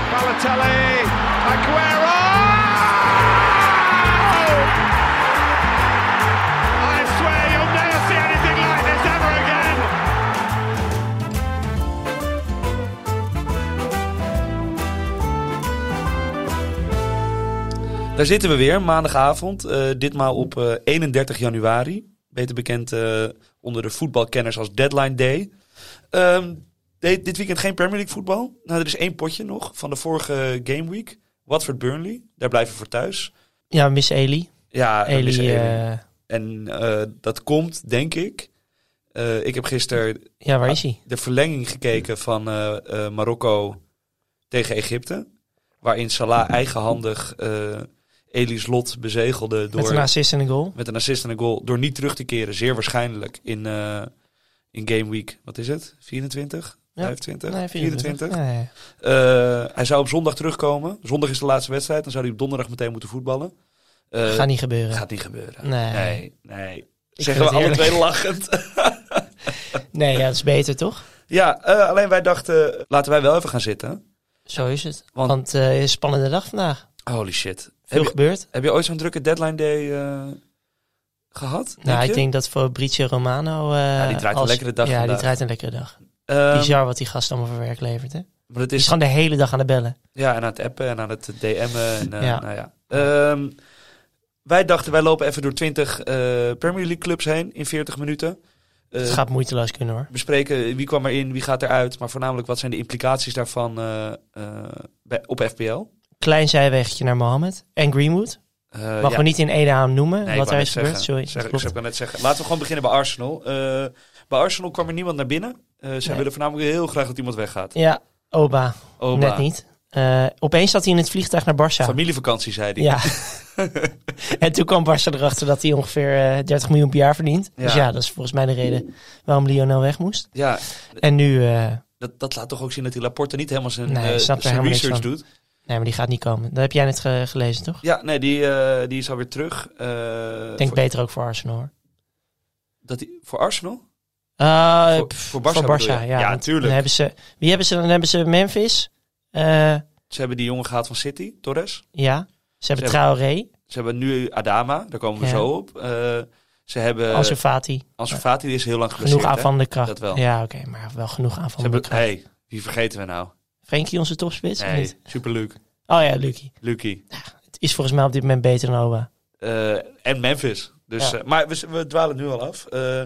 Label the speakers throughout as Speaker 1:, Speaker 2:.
Speaker 1: Balotelli, Aguero! I swear you'll never see anything like this ever again.
Speaker 2: Daar zitten we weer, maandagavond. eh, ditmaal op eh, 31 januari. Beter bekend eh, onder de voetbalkenners als Deadline Day. Ehm, de- dit weekend geen Premier League voetbal. Nou, er is één potje nog van de vorige Game Week. Watford Burnley, daar blijven we voor thuis.
Speaker 3: Ja, Miss Eli.
Speaker 2: Ja, we missen
Speaker 3: Eli,
Speaker 2: Ely.
Speaker 3: eh,
Speaker 2: En eh, dat komt, denk ik. Eh, ik heb gisteren
Speaker 3: ja, waar is hij?
Speaker 2: de verlenging gekeken van eh, eh, Marokko tegen Egypte. Waarin Salah eigenhandig eh Elis Lot bezegelde door
Speaker 3: Met een assist en een goal.
Speaker 2: met een assist en een goal. Door niet terug te keren, zeer waarschijnlijk in, eh, in Game Week. Wat is het? 24?
Speaker 3: Ja.
Speaker 2: 25?
Speaker 3: Nee,
Speaker 2: 24.
Speaker 3: Ja, ja.
Speaker 2: Eh, hij zou op zondag terugkomen. Zondag is de laatste wedstrijd. Dan zou hij op donderdag meteen moeten voetballen. Eh,
Speaker 3: Gaat niet gebeuren.
Speaker 2: gaat niet gebeuren.
Speaker 3: Nee.
Speaker 2: nee. nee.
Speaker 3: Ik
Speaker 2: Zeggen we
Speaker 3: vind
Speaker 2: alle
Speaker 3: het
Speaker 2: twee lachend.
Speaker 3: Nee, ja, dat is beter toch?
Speaker 2: ja, eh, alleen wij dachten, laten wij wel even gaan zitten.
Speaker 3: Zo is het.
Speaker 2: Want-
Speaker 3: Want, eh, het is een spannende dag vandaag.
Speaker 2: Holy shit.
Speaker 3: Veel
Speaker 2: Heb je,
Speaker 3: gebeurd.
Speaker 2: heb je ooit zo'n drukke deadline day eh, gehad?
Speaker 3: Nou, ik
Speaker 2: je?
Speaker 3: denk dat Fabrizio Romano... eh,
Speaker 2: die draait een lekkere dag
Speaker 3: Ja,
Speaker 2: vandaag.
Speaker 3: die draait een lekkere dag.
Speaker 2: Ehm, Dus-
Speaker 3: Bizar wat die gast allemaal voor werk levert, hè?
Speaker 2: maar het
Speaker 3: Die is
Speaker 2: is
Speaker 3: gewoon de hele dag aan de bellen.
Speaker 2: Ja, en aan het appen en aan het DM'en. En, eh,
Speaker 3: Ja.
Speaker 2: Nou ja. Ehm, wij dachten, wij lopen even door 20 eh, Premier League clubs heen in 40 minuten. Eh,
Speaker 3: Het gaat moeiteloos kunnen, hoor.
Speaker 2: Bespreken wie kwam erin, wie gaat eruit. Maar voornamelijk wat zijn de implicaties daarvan eh, eh, bij, op FPL.
Speaker 3: Klein zijwegje naar Mohammed en Greenwood.
Speaker 2: Eh,
Speaker 3: Mag
Speaker 2: ja.
Speaker 3: we niet in één adem noemen
Speaker 2: Nee, ik wou
Speaker 3: wat er
Speaker 2: net
Speaker 3: is gebeurd?
Speaker 2: zeggen.
Speaker 3: Sorry,
Speaker 2: Zeg,
Speaker 3: dat
Speaker 2: ik
Speaker 3: klopt.
Speaker 2: zou net zeggen. Laten we gewoon beginnen bij Arsenal. Eh, bij Arsenal kwam er niemand naar binnen. Eh, zij
Speaker 3: Nee.
Speaker 2: willen voornamelijk heel graag dat iemand weggaat.
Speaker 3: Ja, Oba,
Speaker 2: Oba.
Speaker 3: net niet. Eh, opeens zat hij in het vliegtuig naar Barça.
Speaker 2: Familievakantie, zei hij.
Speaker 3: Ja. en toen kwam Barca erachter dat hij ongeveer eh, 30 miljoen per jaar verdient. Dus
Speaker 2: Ja.
Speaker 3: ja, dat is volgens mij de reden waarom Lionel weg moest.
Speaker 2: ja,
Speaker 3: En nu, eh,
Speaker 2: dat, dat laat toch ook zien dat die Laporte niet helemaal zijn,
Speaker 3: Nee,
Speaker 2: eh,
Speaker 3: ik snap er
Speaker 2: zijn
Speaker 3: helemaal niks
Speaker 2: research
Speaker 3: van.
Speaker 2: doet.
Speaker 3: nee, maar die gaat niet komen. Dat heb jij net ge- gelezen, toch?
Speaker 2: Ja, nee, die, eh, die is alweer terug. Eh
Speaker 3: Ik denk
Speaker 2: voor,
Speaker 3: beter ook voor Arsenal, hoor.
Speaker 2: dat die, voor Arsenal?
Speaker 3: Eh,
Speaker 2: voor,
Speaker 3: pff,
Speaker 2: voor Barca
Speaker 3: voor
Speaker 2: bedoel je?
Speaker 3: Barca, ja.
Speaker 2: ja
Speaker 3: want Dan
Speaker 2: natuurlijk.
Speaker 3: hebben ze, wie hebben ze dan? Dan hebben ze Memphis. Eh,
Speaker 2: Ze hebben die jongen gehaald van City, Torres.
Speaker 3: ja. Ze hebben
Speaker 2: Ze
Speaker 3: Traoré,
Speaker 2: Ze hebben nu Adama, daar komen we
Speaker 3: Ja.
Speaker 2: zo op. Eh, ze hebben
Speaker 3: Ansu Fati.
Speaker 2: Ansu Fati, die is heel lang geblesseerd.
Speaker 3: Genoeg
Speaker 2: hè?
Speaker 3: aanvallende kracht.
Speaker 2: Dat wel.
Speaker 3: Ja, oké, maar wel genoeg
Speaker 2: Ze
Speaker 3: aanvallende
Speaker 2: hebben,
Speaker 3: kracht.
Speaker 2: hey, wie vergeten we nou?
Speaker 3: Frenkie, onze topspits? of
Speaker 2: Nee,
Speaker 3: niet?
Speaker 2: super Luke.
Speaker 3: Oh ja, Lucky.
Speaker 2: Lucky.
Speaker 3: Het is volgens mij op dit moment beter dan Oba.
Speaker 2: Eh, en Memphis. Dus,
Speaker 3: Ja.
Speaker 2: eh, maar we, we dwalen nu al af. Eh, de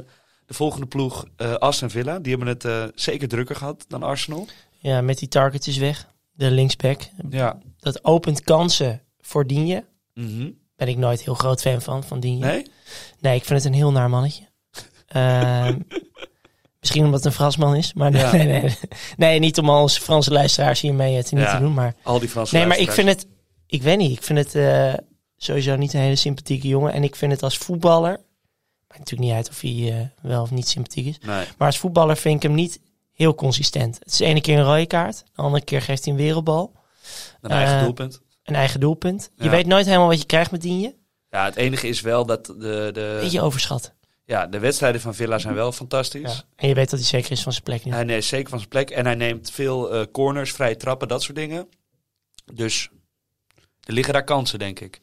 Speaker 2: volgende ploeg, eh Aston Villa, die hebben het eh, zeker drukker gehad dan Arsenal.
Speaker 3: Ja, met die targetjes weg. De linksback.
Speaker 2: Ja.
Speaker 3: Dat opent kansen voor Digne. Ben ik nooit heel groot fan van, van Digne. Nee,
Speaker 2: Mhm. Nee?
Speaker 3: ik vind het een heel naar mannetje. Ehm, misschien omdat het een Fransman is. Maar nee,
Speaker 2: Ja.
Speaker 3: nee, nee. Nee, niet om al onze Franse luisteraars hiermee eh, te niet
Speaker 2: Ja.
Speaker 3: te doen. Maar,
Speaker 2: Al die Franse
Speaker 3: nee, maar ik
Speaker 2: luisteraars.
Speaker 3: vind het... Ik weet niet. Ik vind het eh, sowieso niet een hele sympathieke jongen. En ik vind het als voetballer... Maakt natuurlijk niet uit of hij eh, wel of niet sympathiek is.
Speaker 2: Nee.
Speaker 3: Maar als voetballer vind ik hem niet heel consistent. Het is de ene keer een rode kaart. De andere keer geeft hij een wereldbal.
Speaker 2: Een eigen
Speaker 3: Eh,
Speaker 2: doelpunt.
Speaker 3: een eigen doelpunt. Je
Speaker 2: Ja.
Speaker 3: weet nooit helemaal wat je krijgt met Digne.
Speaker 2: Ja, het enige is wel dat de,
Speaker 3: Weet
Speaker 2: de,
Speaker 3: je overschat.
Speaker 2: ja, de wedstrijden van Villa zijn wel fantastisch.
Speaker 3: En je weet dat hij zeker is van zijn plek nu.
Speaker 2: Hij neemt zeker van zijn plek en hij neemt veel eh, corners, vrije trappen, dat soort dingen. Dus er liggen daar kansen, denk ik.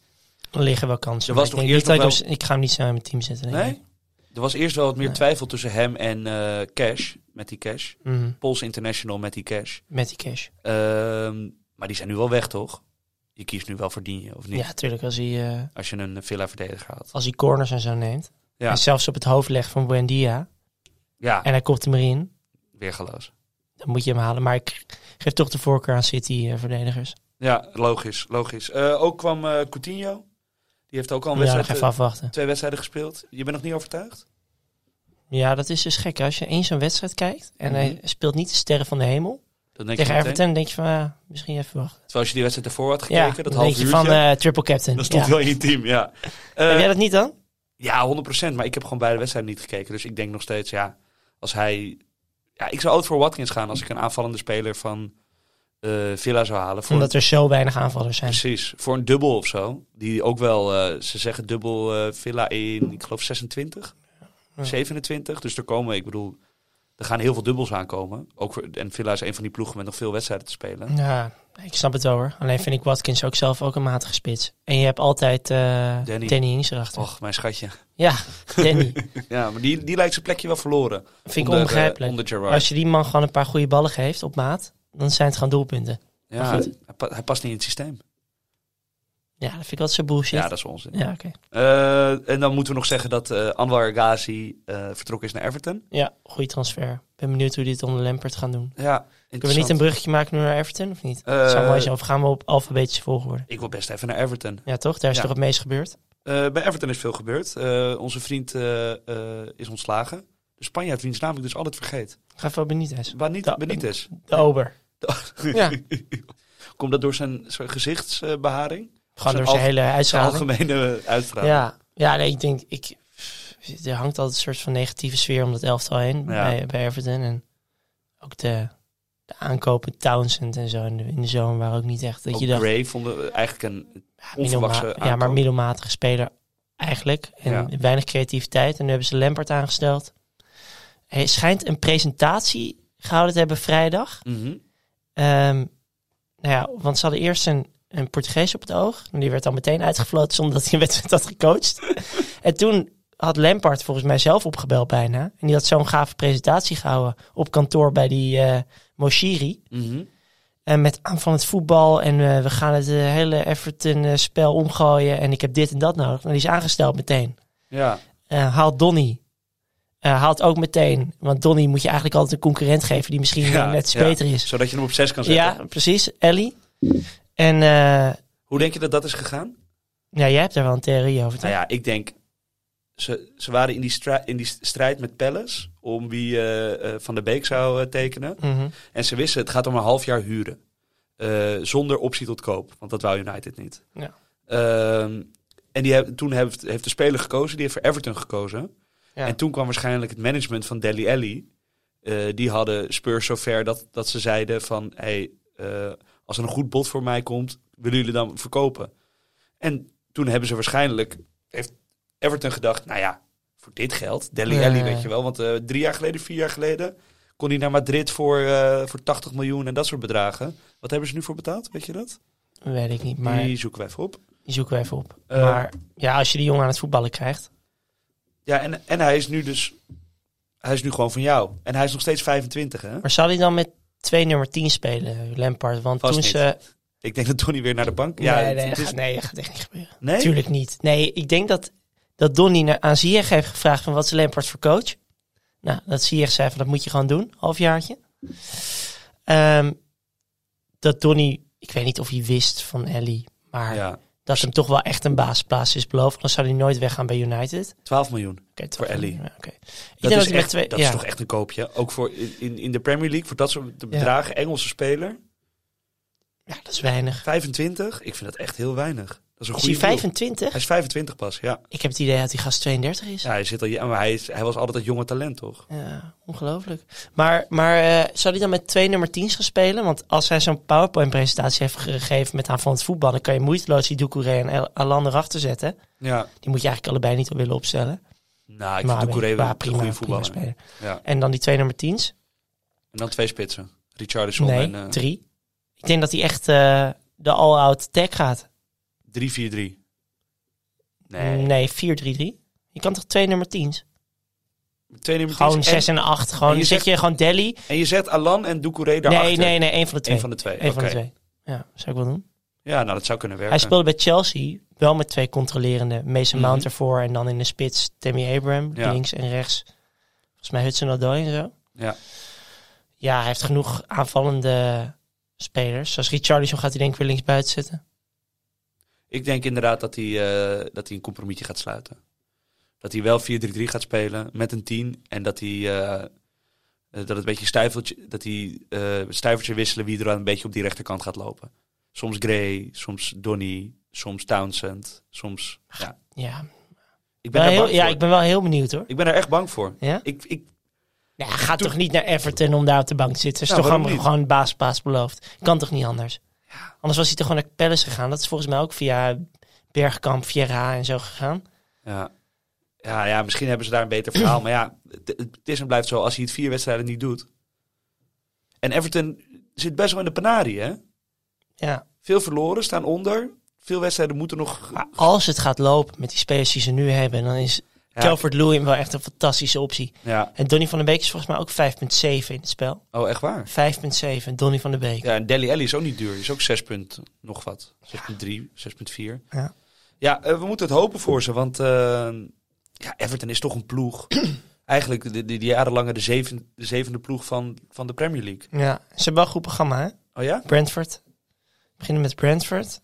Speaker 3: Er liggen wel kansen.
Speaker 2: Er
Speaker 3: maar
Speaker 2: was
Speaker 3: ik,
Speaker 2: toch
Speaker 3: denk
Speaker 2: eerst
Speaker 3: niet dat
Speaker 2: nog
Speaker 3: ik, hem- ik ga hem niet zo in mijn team zetten. denk
Speaker 2: Nee?
Speaker 3: ik.
Speaker 2: Er was eerst wel wat meer
Speaker 3: Nee.
Speaker 2: twijfel tussen hem en eh, Cash, met die Cash.
Speaker 3: Mhm,
Speaker 2: Pols International met die Cash.
Speaker 3: Met die cash.
Speaker 2: Ehm, maar die zijn nu wel weg, toch? Je kiest nu wel voor Digne, of niet?
Speaker 3: Ja, tuurlijk. Als hij, eh,
Speaker 2: Als je een Villa-verdediger haalt.
Speaker 3: als hij corners en zo neemt.
Speaker 2: Ja.
Speaker 3: En zelfs op het hoofd legt van Buendia.
Speaker 2: Ja,
Speaker 3: En hij komt hem erin.
Speaker 2: weergeloos.
Speaker 3: Dan moet je hem halen. Maar ik geef toch de voorkeur aan eh, City-verdedigers.
Speaker 2: Ja, logisch, logisch. Eh, ook kwam eh, Coutinho. Die heeft ook al een
Speaker 3: ja,
Speaker 2: wedstrijd eh,
Speaker 3: nog even afwachten.
Speaker 2: twee wedstrijden gespeeld. Je bent nog niet overtuigd?
Speaker 3: Ja, dat is dus gek. Als je eens zo'n wedstrijd kijkt en hij
Speaker 2: Mhm.
Speaker 3: speelt niet de sterren van de hemel.
Speaker 2: Dan denk
Speaker 3: tegen
Speaker 2: je meteen.
Speaker 3: Everton dan denk je van, ah, misschien even wachten.
Speaker 2: Terwijl als je die wedstrijd ervoor had gekeken,
Speaker 3: Ja,
Speaker 2: dat
Speaker 3: dan
Speaker 2: half
Speaker 3: denk
Speaker 2: uurtje,
Speaker 3: je van eh, triple captain.
Speaker 2: dan stond
Speaker 3: Ja.
Speaker 2: wel in je team, ja. Eh,
Speaker 3: Heb jij dat niet dan?
Speaker 2: ja, 100%. Maar ik heb gewoon beide wedstrijden niet gekeken. Dus ik denk nog steeds, ja, als hij... Ja, ik zou oud voor Watkins gaan als ik een aanvallende speler van eh, Villa zou halen. Voor
Speaker 3: Omdat er zo weinig aanvallers zijn.
Speaker 2: Precies, voor een dubbel of zo. Die ook wel, eh, ze zeggen dubbel eh, Villa in, ik geloof 26,
Speaker 3: Ja.
Speaker 2: 27. Dus er komen, ik bedoel, Er gaan heel veel dubbels aankomen. Ook voor, en Villa is een van die ploegen met nog veel wedstrijden te spelen.
Speaker 3: Ja, ik snap het wel hoor. Alleen vind ik Watkins ook zelf ook een matige spits. En je hebt altijd eh
Speaker 2: Danny. Oh.
Speaker 3: Danny. Ings erachter.
Speaker 2: Och, mijn schatje.
Speaker 3: Ja, Danny.
Speaker 2: Ja, maar die, die lijkt zijn plekje wel verloren.
Speaker 3: vind ik
Speaker 2: Onder, eh,
Speaker 3: onbegrijpelijk.
Speaker 2: onder Gerrard.
Speaker 3: Als je die man gewoon een paar goede ballen geeft op maat, dan zijn het gewoon doelpunten.
Speaker 2: Ja,
Speaker 3: Maar goed.
Speaker 2: hij, pa- hij past niet in het systeem.
Speaker 3: Ja, dat vind ik altijd zo bullshit.
Speaker 2: Ja,
Speaker 3: Ja,
Speaker 2: dat is onzin.
Speaker 3: oké.
Speaker 2: Eh, en dan moeten we nog zeggen dat eh, Anwar Ghazi eh, vertrokken is naar Everton.
Speaker 3: Ja, goede transfer. Ik ben benieuwd hoe die het onder Lampert gaan doen.
Speaker 2: Ja,
Speaker 3: Kunnen we niet een
Speaker 2: interessant.
Speaker 3: bruggetje maken nu naar Everton of niet?
Speaker 2: Eh,
Speaker 3: Zou mooi zijn. Of gaan we op alfabetische volgorde?
Speaker 2: Ik wil best even naar Everton.
Speaker 3: Ja, toch? Daar is
Speaker 2: Ja.
Speaker 3: toch het meest gebeurd?
Speaker 2: Eh, bij Everton is veel gebeurd. Eh, onze vriend eh, eh, is ontslagen. De Spanjaard, wiens naam ik dus altijd vergeet.
Speaker 3: Ik ga even Benitez.
Speaker 2: Benitez.
Speaker 3: Da-
Speaker 2: Benitez.
Speaker 3: De ober. Ja.
Speaker 2: Komt dat door zijn, zijn gezichtsbeharing?
Speaker 3: Gewoon door
Speaker 2: alge-
Speaker 3: zijn hele
Speaker 2: Zijn
Speaker 3: uitstraling.
Speaker 2: algemene uitstraling.
Speaker 3: Ja, ja nee, ik denk, ik, er hangt altijd een soort van negatieve sfeer om dat elftal heen bij, bij Everton. En ook de, de aankopen Townsend en zo in de, in de zomer waren ook niet echt dat
Speaker 2: Ook
Speaker 3: je dacht,
Speaker 2: Gray vonden we eigenlijk een...
Speaker 3: ja,
Speaker 2: onverwachte
Speaker 3: middelma- ja,
Speaker 2: aankoop.
Speaker 3: maar middelmatige speler eigenlijk. En
Speaker 2: Ja.
Speaker 3: weinig creativiteit. En nu hebben ze Lampert aangesteld. Hij schijnt een presentatie gehouden te hebben vrijdag.
Speaker 2: Mhm.
Speaker 3: Ehm, nou ja, want ze hadden eerst een, een Portugees op het oog. En die werd dan meteen uitgefloten zonder dat hij een wedstrijd had gecoacht. en toen had Lampard volgens mij zelf opgebeld bijna. En die had zo'n gave presentatie gehouden op kantoor bij die eh Moshiri.
Speaker 2: Mhm.
Speaker 3: En eh, met aanvallend voetbal en eh, we gaan het eh, hele Everton-spel omgooien. En ik heb dit en dat nodig. En die is aangesteld meteen.
Speaker 2: Ja.
Speaker 3: Eh, haalt Donny. Eh, haalt ook meteen. Want Donny moet je eigenlijk altijd een concurrent geven die misschien
Speaker 2: Ja,
Speaker 3: eh, net iets
Speaker 2: ja.
Speaker 3: beter is.
Speaker 2: Zodat je hem op zes kan zetten.
Speaker 3: Ja, precies. Ellie. En eh,
Speaker 2: Hoe denk je dat dat is gegaan?
Speaker 3: ja, jij hebt daar wel een theorie over, toch?
Speaker 2: Nou ja, ik denk... Ze, ze waren in die, stra- in die strijd met Palace om wie eh, eh, Van der Beek zou eh, tekenen.
Speaker 3: Mhm.
Speaker 2: En ze wisten, het gaat om een half jaar huren. Eh, zonder optie tot koop, want dat wou United niet.
Speaker 3: Ja.
Speaker 2: Ehm, en die heb- toen heeft, heeft de speler gekozen, die heeft voor Everton gekozen.
Speaker 3: Ja.
Speaker 2: En toen kwam waarschijnlijk het management van Delhi Alley. Eh, die hadden Spurs zover dat, dat ze zeiden van... Hey, eh, als er een goed bod voor mij komt, willen jullie dan verkopen? En toen hebben ze waarschijnlijk... Heeft Everton gedacht, nou ja, voor dit geld, Delhi
Speaker 3: Nee.
Speaker 2: Alley, weet je wel. Want eh, drie jaar geleden, vier jaar geleden... kon hij naar Madrid voor, eh, voor 80 miljoen en dat soort bedragen. Wat hebben ze nu voor betaald, weet je dat?
Speaker 3: Weet ik niet, maar
Speaker 2: Die zoeken wij even op.
Speaker 3: die zoeken we even op.
Speaker 2: Eh,
Speaker 3: maar ja, als je die jongen aan het voetballen krijgt.
Speaker 2: Ja, en, en hij is nu dus... Hij is nu gewoon van jou. En hij is nog steeds 25, hè?
Speaker 3: Maar zal hij dan met twee nummer 10 spelen, Lampard? Want
Speaker 2: Vast
Speaker 3: toen
Speaker 2: niet.
Speaker 3: ze...
Speaker 2: Ik denk dat Tony weer naar de bank... Ja,
Speaker 3: nee,
Speaker 2: het-
Speaker 3: nee,
Speaker 2: het
Speaker 3: dat
Speaker 2: is-
Speaker 3: gaat, nee, dat gaat echt niet gebeuren.
Speaker 2: nee?
Speaker 3: Tuurlijk niet. Nee, ik denk dat, dat Donny naar, aan Ziyech heeft gevraagd van wat is Lampard voor coach? Nou, dat Ziyech zei van dat moet je gewoon doen, halfjaartje. Ehm dat Donny, ik weet niet of hij wist van Ellie, maar
Speaker 2: Ja,
Speaker 3: dat hem toch wel echt een baasplaats is beloofd. Anders zou hij nooit weggaan bij United.
Speaker 2: 12 miljoen.
Speaker 3: Oké, toch.
Speaker 2: Voor Ellie.
Speaker 3: Ja, oké. Ik
Speaker 2: Dat,
Speaker 3: denk
Speaker 2: is,
Speaker 3: dat
Speaker 2: echt,
Speaker 3: hij met twee...
Speaker 2: dat
Speaker 3: ja.
Speaker 2: is toch echt een koopje. Ook voor in, in de Premier League, voor dat soort bedragen. Engelse speler,
Speaker 3: ja, dat is weinig.
Speaker 2: 25. Ik vind dat echt heel weinig. Dat is een
Speaker 3: Is
Speaker 2: goede
Speaker 3: hij
Speaker 2: deal.
Speaker 3: 25?
Speaker 2: Hij is 25 pas, ja.
Speaker 3: Ik heb het idee dat die gast 32 is.
Speaker 2: ja
Speaker 3: Ja,
Speaker 2: hij, zit al, ja, maar hij, is, hij was altijd dat jonge talent, toch?
Speaker 3: ongelooflijk. Maar, maar eh, zou hij dan met twee nummer 10's gaan spelen? Want als hij zo'n PowerPoint-presentatie heeft gegeven met aan van het voetbal... dan kan je moeiteloos die Doucouré en El- Alan erachter zetten.
Speaker 2: Ja.
Speaker 3: Die moet je eigenlijk allebei niet willen opstellen.
Speaker 2: Nou, ik vind de Korea wel een goede voetballer.
Speaker 3: spelen.
Speaker 2: Ja.
Speaker 3: En dan die twee nummer 10's.
Speaker 2: En dan twee spitsen. Richardson
Speaker 3: Nee,
Speaker 2: en eh,
Speaker 3: drie. Ik denk dat hij echt eh, de all-out tag gaat.
Speaker 2: 3-4-3. Nee.
Speaker 3: Nee, 4-3-3. Je kan toch twee nummer 10's?
Speaker 2: Twee nummer
Speaker 3: Gewoon
Speaker 2: tiens.
Speaker 3: 6
Speaker 2: en,
Speaker 3: en 8. Gewoon
Speaker 2: en je
Speaker 3: dan zet je gewoon Delhi.
Speaker 2: en je zet Alan en Doucouré daarachter.
Speaker 3: Nee, nee, nee, één van de twee.
Speaker 2: Eén van de twee.
Speaker 3: Eén van de
Speaker 2: oké.
Speaker 3: twee. Ja, zou ik wel doen.
Speaker 2: Ja, nou, dat zou kunnen werken.
Speaker 3: Hij speelde bij Chelsea wel met twee controlerende. Mason Mount
Speaker 2: Mhm.
Speaker 3: ervoor en dan in de spits Tammy Abraham.
Speaker 2: Ja.
Speaker 3: Links en rechts. Volgens mij Hudson Odoi en zo.
Speaker 2: Ja.
Speaker 3: Ja, hij heeft genoeg aanvallende spelers. Zoals Richarlison gaat hij denk ik weer links buiten zitten.
Speaker 2: Ik denk inderdaad dat hij, eh, dat hij een compromisje gaat sluiten. Dat hij wel 4-3-3 gaat spelen met een 10. En dat hij eh, eh, dat het een beetje stuiveltje, dat hij, eh, stuiveltje wisselen wie er dan een beetje op die rechterkant gaat lopen. Soms Gray, soms Donny, soms Townsend, soms... Ja.
Speaker 3: Ja,
Speaker 2: Ik, ben
Speaker 3: ben
Speaker 2: daar
Speaker 3: heel,
Speaker 2: bang
Speaker 3: ja
Speaker 2: voor.
Speaker 3: ik ben wel heel benieuwd hoor.
Speaker 2: ik ben er echt bang voor.
Speaker 3: Ja?
Speaker 2: Ik, ik,
Speaker 3: Ja, ga
Speaker 2: Toen-
Speaker 3: toch niet naar Everton om daar op de bank te zitten. Dat
Speaker 2: Nou,
Speaker 3: is toch
Speaker 2: waarom
Speaker 3: gewoon, gewoon baas, baas beloofd. Kan toch niet anders? Anders was hij toch gewoon naar Palace gegaan. Dat is volgens mij ook via Bergkamp, Vieira en zo gegaan.
Speaker 2: ja. Ja, ja, misschien hebben ze daar een beter verhaal. maar ja, het, het is en blijft zo als hij het vier wedstrijden niet doet. En Everton zit best wel in de penarie, hè?
Speaker 3: Ja.
Speaker 2: Veel verloren, staan onder. Veel wedstrijden moeten nog...
Speaker 3: Maar als het gaat lopen met die spelers die ze nu hebben, dan is
Speaker 2: Ja.
Speaker 3: Calvert Lewin wel echt een fantastische optie.
Speaker 2: Ja.
Speaker 3: En Donny van den Beek is volgens mij ook 5,7 in het spel.
Speaker 2: Oh, echt waar?
Speaker 3: 5,7, Donny van den Beek.
Speaker 2: Ja, en Delhi Alley is ook niet duur. Is ook 6 punt nog wat. 6,3, 6,4.
Speaker 3: Ja.
Speaker 2: Ja, eh, we moeten het hopen voor ze. Want eh, ja, Everton is toch een ploeg. Eigenlijk de, de, die jarenlange de zevende, de zevende ploeg van, van de Premier League.
Speaker 3: Ja, ze hebben wel een goed programma, hè?
Speaker 2: Oh ja?
Speaker 3: Brentford. We beginnen met Brentford.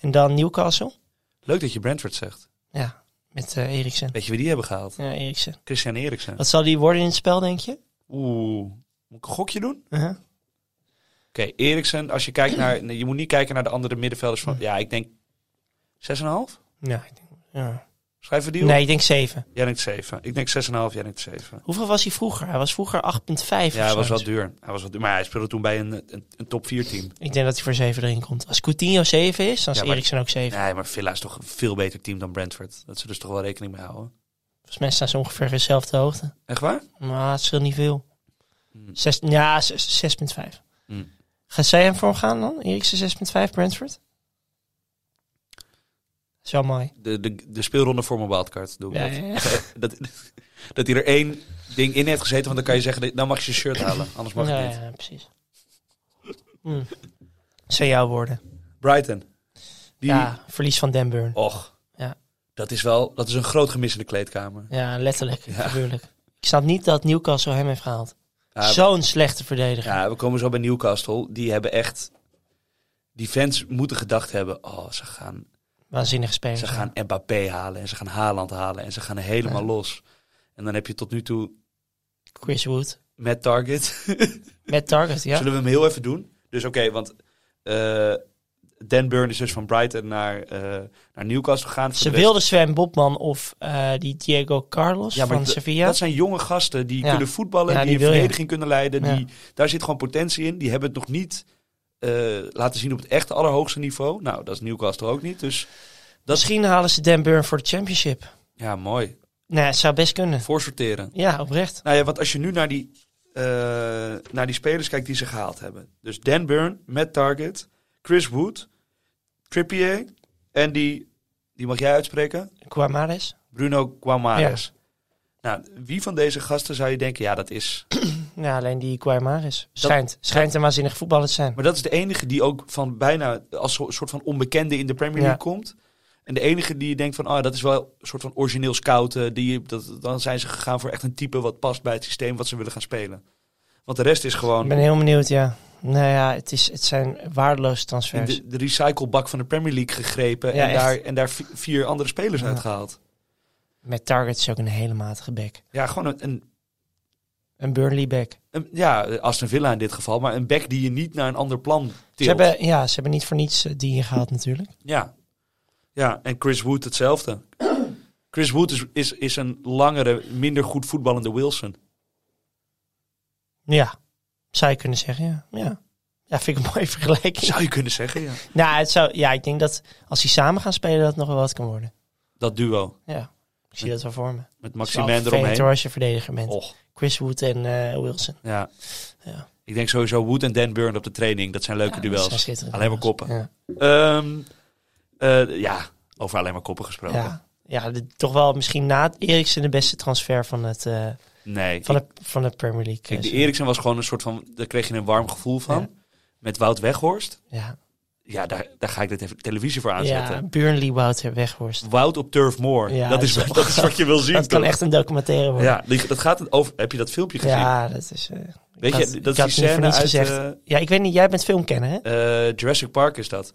Speaker 3: En dan Newcastle.
Speaker 2: Leuk dat je Brentford zegt.
Speaker 3: Ja, met eh Eriksen.
Speaker 2: Weet je wie die hebben gehaald?
Speaker 3: Ja, Eriksen.
Speaker 2: Christian Eriksen.
Speaker 3: Wat zal die worden in het spel, denk je?
Speaker 2: Oeh. Moet ik een gokje doen?
Speaker 3: Uh-huh.
Speaker 2: Oké, Eriksen, als je kijkt naar... nee, Je moet niet kijken naar de andere middenvelders van... Ja, ik denk 6,5?
Speaker 3: Ja, ik denk, ja.
Speaker 2: Schrijven we die op?
Speaker 3: Nee, ik denk 7.
Speaker 2: Jij denkt 7. Ik denk 6,5, jij denkt 7.
Speaker 3: Hoeveel was hij vroeger? Hij was vroeger 8,5.
Speaker 2: Ja, hij was wel duur. Hij was wel duur. Maar hij speelde toen bij een, een, een top 4 team.
Speaker 3: Ik denk dat hij voor 7 erin komt. Als Coutinho 7 is, dan is
Speaker 2: Ja, maar-
Speaker 3: Eriksen ook 7.
Speaker 2: Nee, maar Villa is toch een veel beter team dan Brentford. Dat ze dus toch wel rekening mee houden.
Speaker 3: Volgens mij staan ze ongeveer dezelfde hoogte.
Speaker 2: Echt waar?
Speaker 3: Maar het scheelt niet veel.
Speaker 2: Hmm.
Speaker 3: Zes, ja, zes- 6,5.
Speaker 2: Hmm.
Speaker 3: Gaat zij hem voor gaan dan? Eriksen 6,5, Brentford? Dat is wel mooi.
Speaker 2: De, de, de speelronde voor mijn wildcard doe ik
Speaker 3: Ja,
Speaker 2: dat.
Speaker 3: ja, ja.
Speaker 2: dat. Dat hij er één ding in heeft gezeten, want dan kan je zeggen, dan mag je je shirt halen. Anders mag
Speaker 3: ja,
Speaker 2: het niet.
Speaker 3: ja, precies. Hm. Dat zijn jouw woorden.
Speaker 2: Brighton. Die,
Speaker 3: Ja, verlies van Den Burn.
Speaker 2: Och.
Speaker 3: Ja.
Speaker 2: Dat is wel, dat is een groot gemis in de kleedkamer.
Speaker 3: Ja, letterlijk,
Speaker 2: Ja.
Speaker 3: natuurlijk. Ik snap niet dat Newcastle hem heeft gehaald.
Speaker 2: Ja,
Speaker 3: Zo'n slechte verdediger.
Speaker 2: Ja, we komen zo bij Newcastle. Die hebben echt. Die fans moeten gedacht hebben: oh, ze gaan,
Speaker 3: Waanzinnig speler.
Speaker 2: ze gaan Mbappé halen en ze gaan Haaland halen en ze gaan helemaal
Speaker 3: Ja. los.
Speaker 2: los. En dan heb je tot nu toe
Speaker 3: Chris Wood.
Speaker 2: met Target.
Speaker 3: Met target, ja.
Speaker 2: Zullen we hem heel even doen? Dus oké, want eh, Dan Burn is dus van Brighton naar, eh, naar Newcastle gegaan. Voor
Speaker 3: Ze
Speaker 2: de rest-
Speaker 3: wilden Sven Bobman of eh, die Diego Carlos
Speaker 2: Ja, maar
Speaker 3: van
Speaker 2: dat-
Speaker 3: Sevilla.
Speaker 2: Dat zijn jonge gasten die
Speaker 3: Ja.
Speaker 2: kunnen voetballen,
Speaker 3: Ja,
Speaker 2: die,
Speaker 3: die
Speaker 2: een
Speaker 3: wil je.
Speaker 2: verdediging kunnen leiden.
Speaker 3: Ja.
Speaker 2: Die, daar zit gewoon potentie in. Die hebben het nog niet eh, laten zien op het echt allerhoogste niveau. Nou, dat is Newcastle ook niet. Dus
Speaker 3: Misschien halen ze Dan Burn voor de championship.
Speaker 2: ja, mooi.
Speaker 3: Nou, het zou best kunnen.
Speaker 2: Voorsorteren.
Speaker 3: Ja, oprecht.
Speaker 2: Nou ja, want als je nu naar die, eh, naar die spelers kijkt die ze gehaald hebben. Dus Dan Burn, Matt Target, Chris Wood, Trippier en die, die mag jij uitspreken,
Speaker 3: Guamares.
Speaker 2: Bruno Guamares. Nou, wie van deze gasten zou je denken, ja dat is...
Speaker 3: Ja, alleen die Guamares. Schijnt, schijnt een waanzinnig voetballer te zijn.
Speaker 2: Maar dat is de enige die ook van bijna als zo- soort van onbekende in de Premier
Speaker 3: Ja.
Speaker 2: League komt. En de enige die je denkt van, ah, dat is wel een soort van origineel scouten. Die, dat, dan zijn ze gegaan voor echt een type wat past bij het systeem wat ze willen gaan spelen. Want de rest is gewoon...
Speaker 3: Ik ben heel benieuwd, ja. Nou ja, het, is, het zijn waardeloze
Speaker 2: in
Speaker 3: transfers.
Speaker 2: de, de recyclebak van de Premier League gegrepen
Speaker 3: Ja,
Speaker 2: en,
Speaker 3: echt.
Speaker 2: daar, en daar vi- vier andere spelers
Speaker 3: Ja.
Speaker 2: uitgehaald.
Speaker 3: Met Target is ook een hele matige back.
Speaker 2: Ja, gewoon een, een,
Speaker 3: Een Burnley back.
Speaker 2: een- ja, Aston Villa in dit geval, maar een back die je niet naar een ander plan tilt.
Speaker 3: Ze hebben, ja, ze hebben niet voor niets eh, die hier gehaald natuurlijk.
Speaker 2: Ja. ja, en Chris Wood hetzelfde. Chris Wood is, is, is een langere, minder goed voetballende Wilson.
Speaker 3: Ja, zou je kunnen zeggen, ja. Ja, ja vind ik een mooie vergelijking.
Speaker 2: Zou je kunnen zeggen, ja.
Speaker 3: Nou, het zou, ja, ik denk dat als die samen gaan spelen, dat het nog wel wat kan worden.
Speaker 2: Dat duo
Speaker 3: Ja, ik zie dat wel voor me.
Speaker 2: met
Speaker 3: Het is wel
Speaker 2: Maximin
Speaker 3: vervelend, hoor,
Speaker 2: eromheen. Oh.
Speaker 3: als je verdediger bent.
Speaker 2: Och,
Speaker 3: Chris Wood en eh, Wilson.
Speaker 2: ja.
Speaker 3: Ja.
Speaker 2: Ik denk sowieso Wood en Dan Burn op de training. Dat zijn leuke
Speaker 3: Ja, dat zijn
Speaker 2: duels.
Speaker 3: schitterende
Speaker 2: Alleen maar
Speaker 3: duels.
Speaker 2: koppen.
Speaker 3: Ja.
Speaker 2: Ehm, eh, ja, over alleen maar koppen gesproken.
Speaker 3: Ja. Ja, de- toch wel misschien na Eriksen de beste transfer van, het, eh,
Speaker 2: Nee,
Speaker 3: van, de, van de Premier League. eh,
Speaker 2: Kijk, de Eriksen was gewoon een soort van... Daar kreeg je een warm gevoel van.
Speaker 3: Ja.
Speaker 2: Met Wout Weghorst.
Speaker 3: Ja,
Speaker 2: Ja, daar, daar ga ik dit even televisie voor aanzetten.
Speaker 3: ja Burnley Wouter Weghorst.
Speaker 2: Wout op Turf Moor.
Speaker 3: Ja,
Speaker 2: dat, is,
Speaker 3: dat is
Speaker 2: dat is wat je wil zien.
Speaker 3: Dat kan
Speaker 2: toch?
Speaker 3: echt een documentaire worden.
Speaker 2: Ja, die- dat gaat het over... Heb je dat filmpje gezien?
Speaker 3: Ja, dat is... eh,
Speaker 2: Weet
Speaker 3: had-
Speaker 2: je, dat is
Speaker 3: ik had
Speaker 2: die
Speaker 3: het niet
Speaker 2: scène uit
Speaker 3: voor niets gezegd. ja, ik weet niet, jij bent filmkenner, hè? Oké.
Speaker 2: eh, eh, Jurassic Park is dat.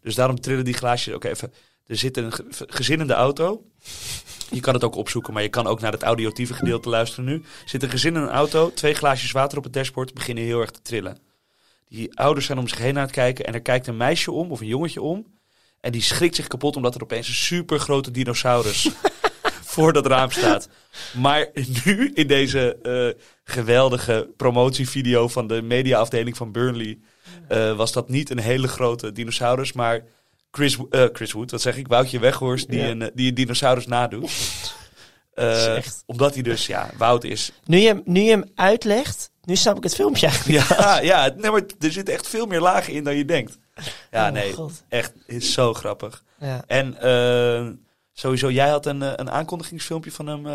Speaker 2: Dus daarom trillen die glaasjes ook even. Er zit een ge- gezin in de auto. Je kan het ook opzoeken, maar je kan ook naar het audiotieve gedeelte luisteren nu. Zit een gezin in een auto, twee glaasjes water op het dashboard, beginnen heel erg te trillen. Die ouders zijn om zich heen aan het kijken en er kijkt een meisje om of een jongetje om. En die schrikt zich kapot omdat er opeens een super grote dinosaurus voor dat raam staat. Maar nu in deze eh, geweldige promotievideo van de mediaafdeling van Burnley eh, was dat niet een hele grote dinosaurus, maar Chris, eh, Chris Wood, wat zeg ik, Woutje Weghorst, die,
Speaker 3: Ja.
Speaker 2: een, eh, die een dinosaurus nadoet. Eh,
Speaker 3: is echt-
Speaker 2: omdat hij dus, ja, Wout is.
Speaker 3: Nu je, hem- nu je hem uitlegt, nu snap ik het filmpje eigenlijk.
Speaker 2: Ja, ja nee, maar er zit echt veel meer lagen in dan je denkt. Ja,
Speaker 3: Oh,
Speaker 2: nee,
Speaker 3: God.
Speaker 2: echt, is zo grappig.
Speaker 3: Ja.
Speaker 2: En eh, sowieso, jij had een, eh, een aankondigingsfilmpje van hem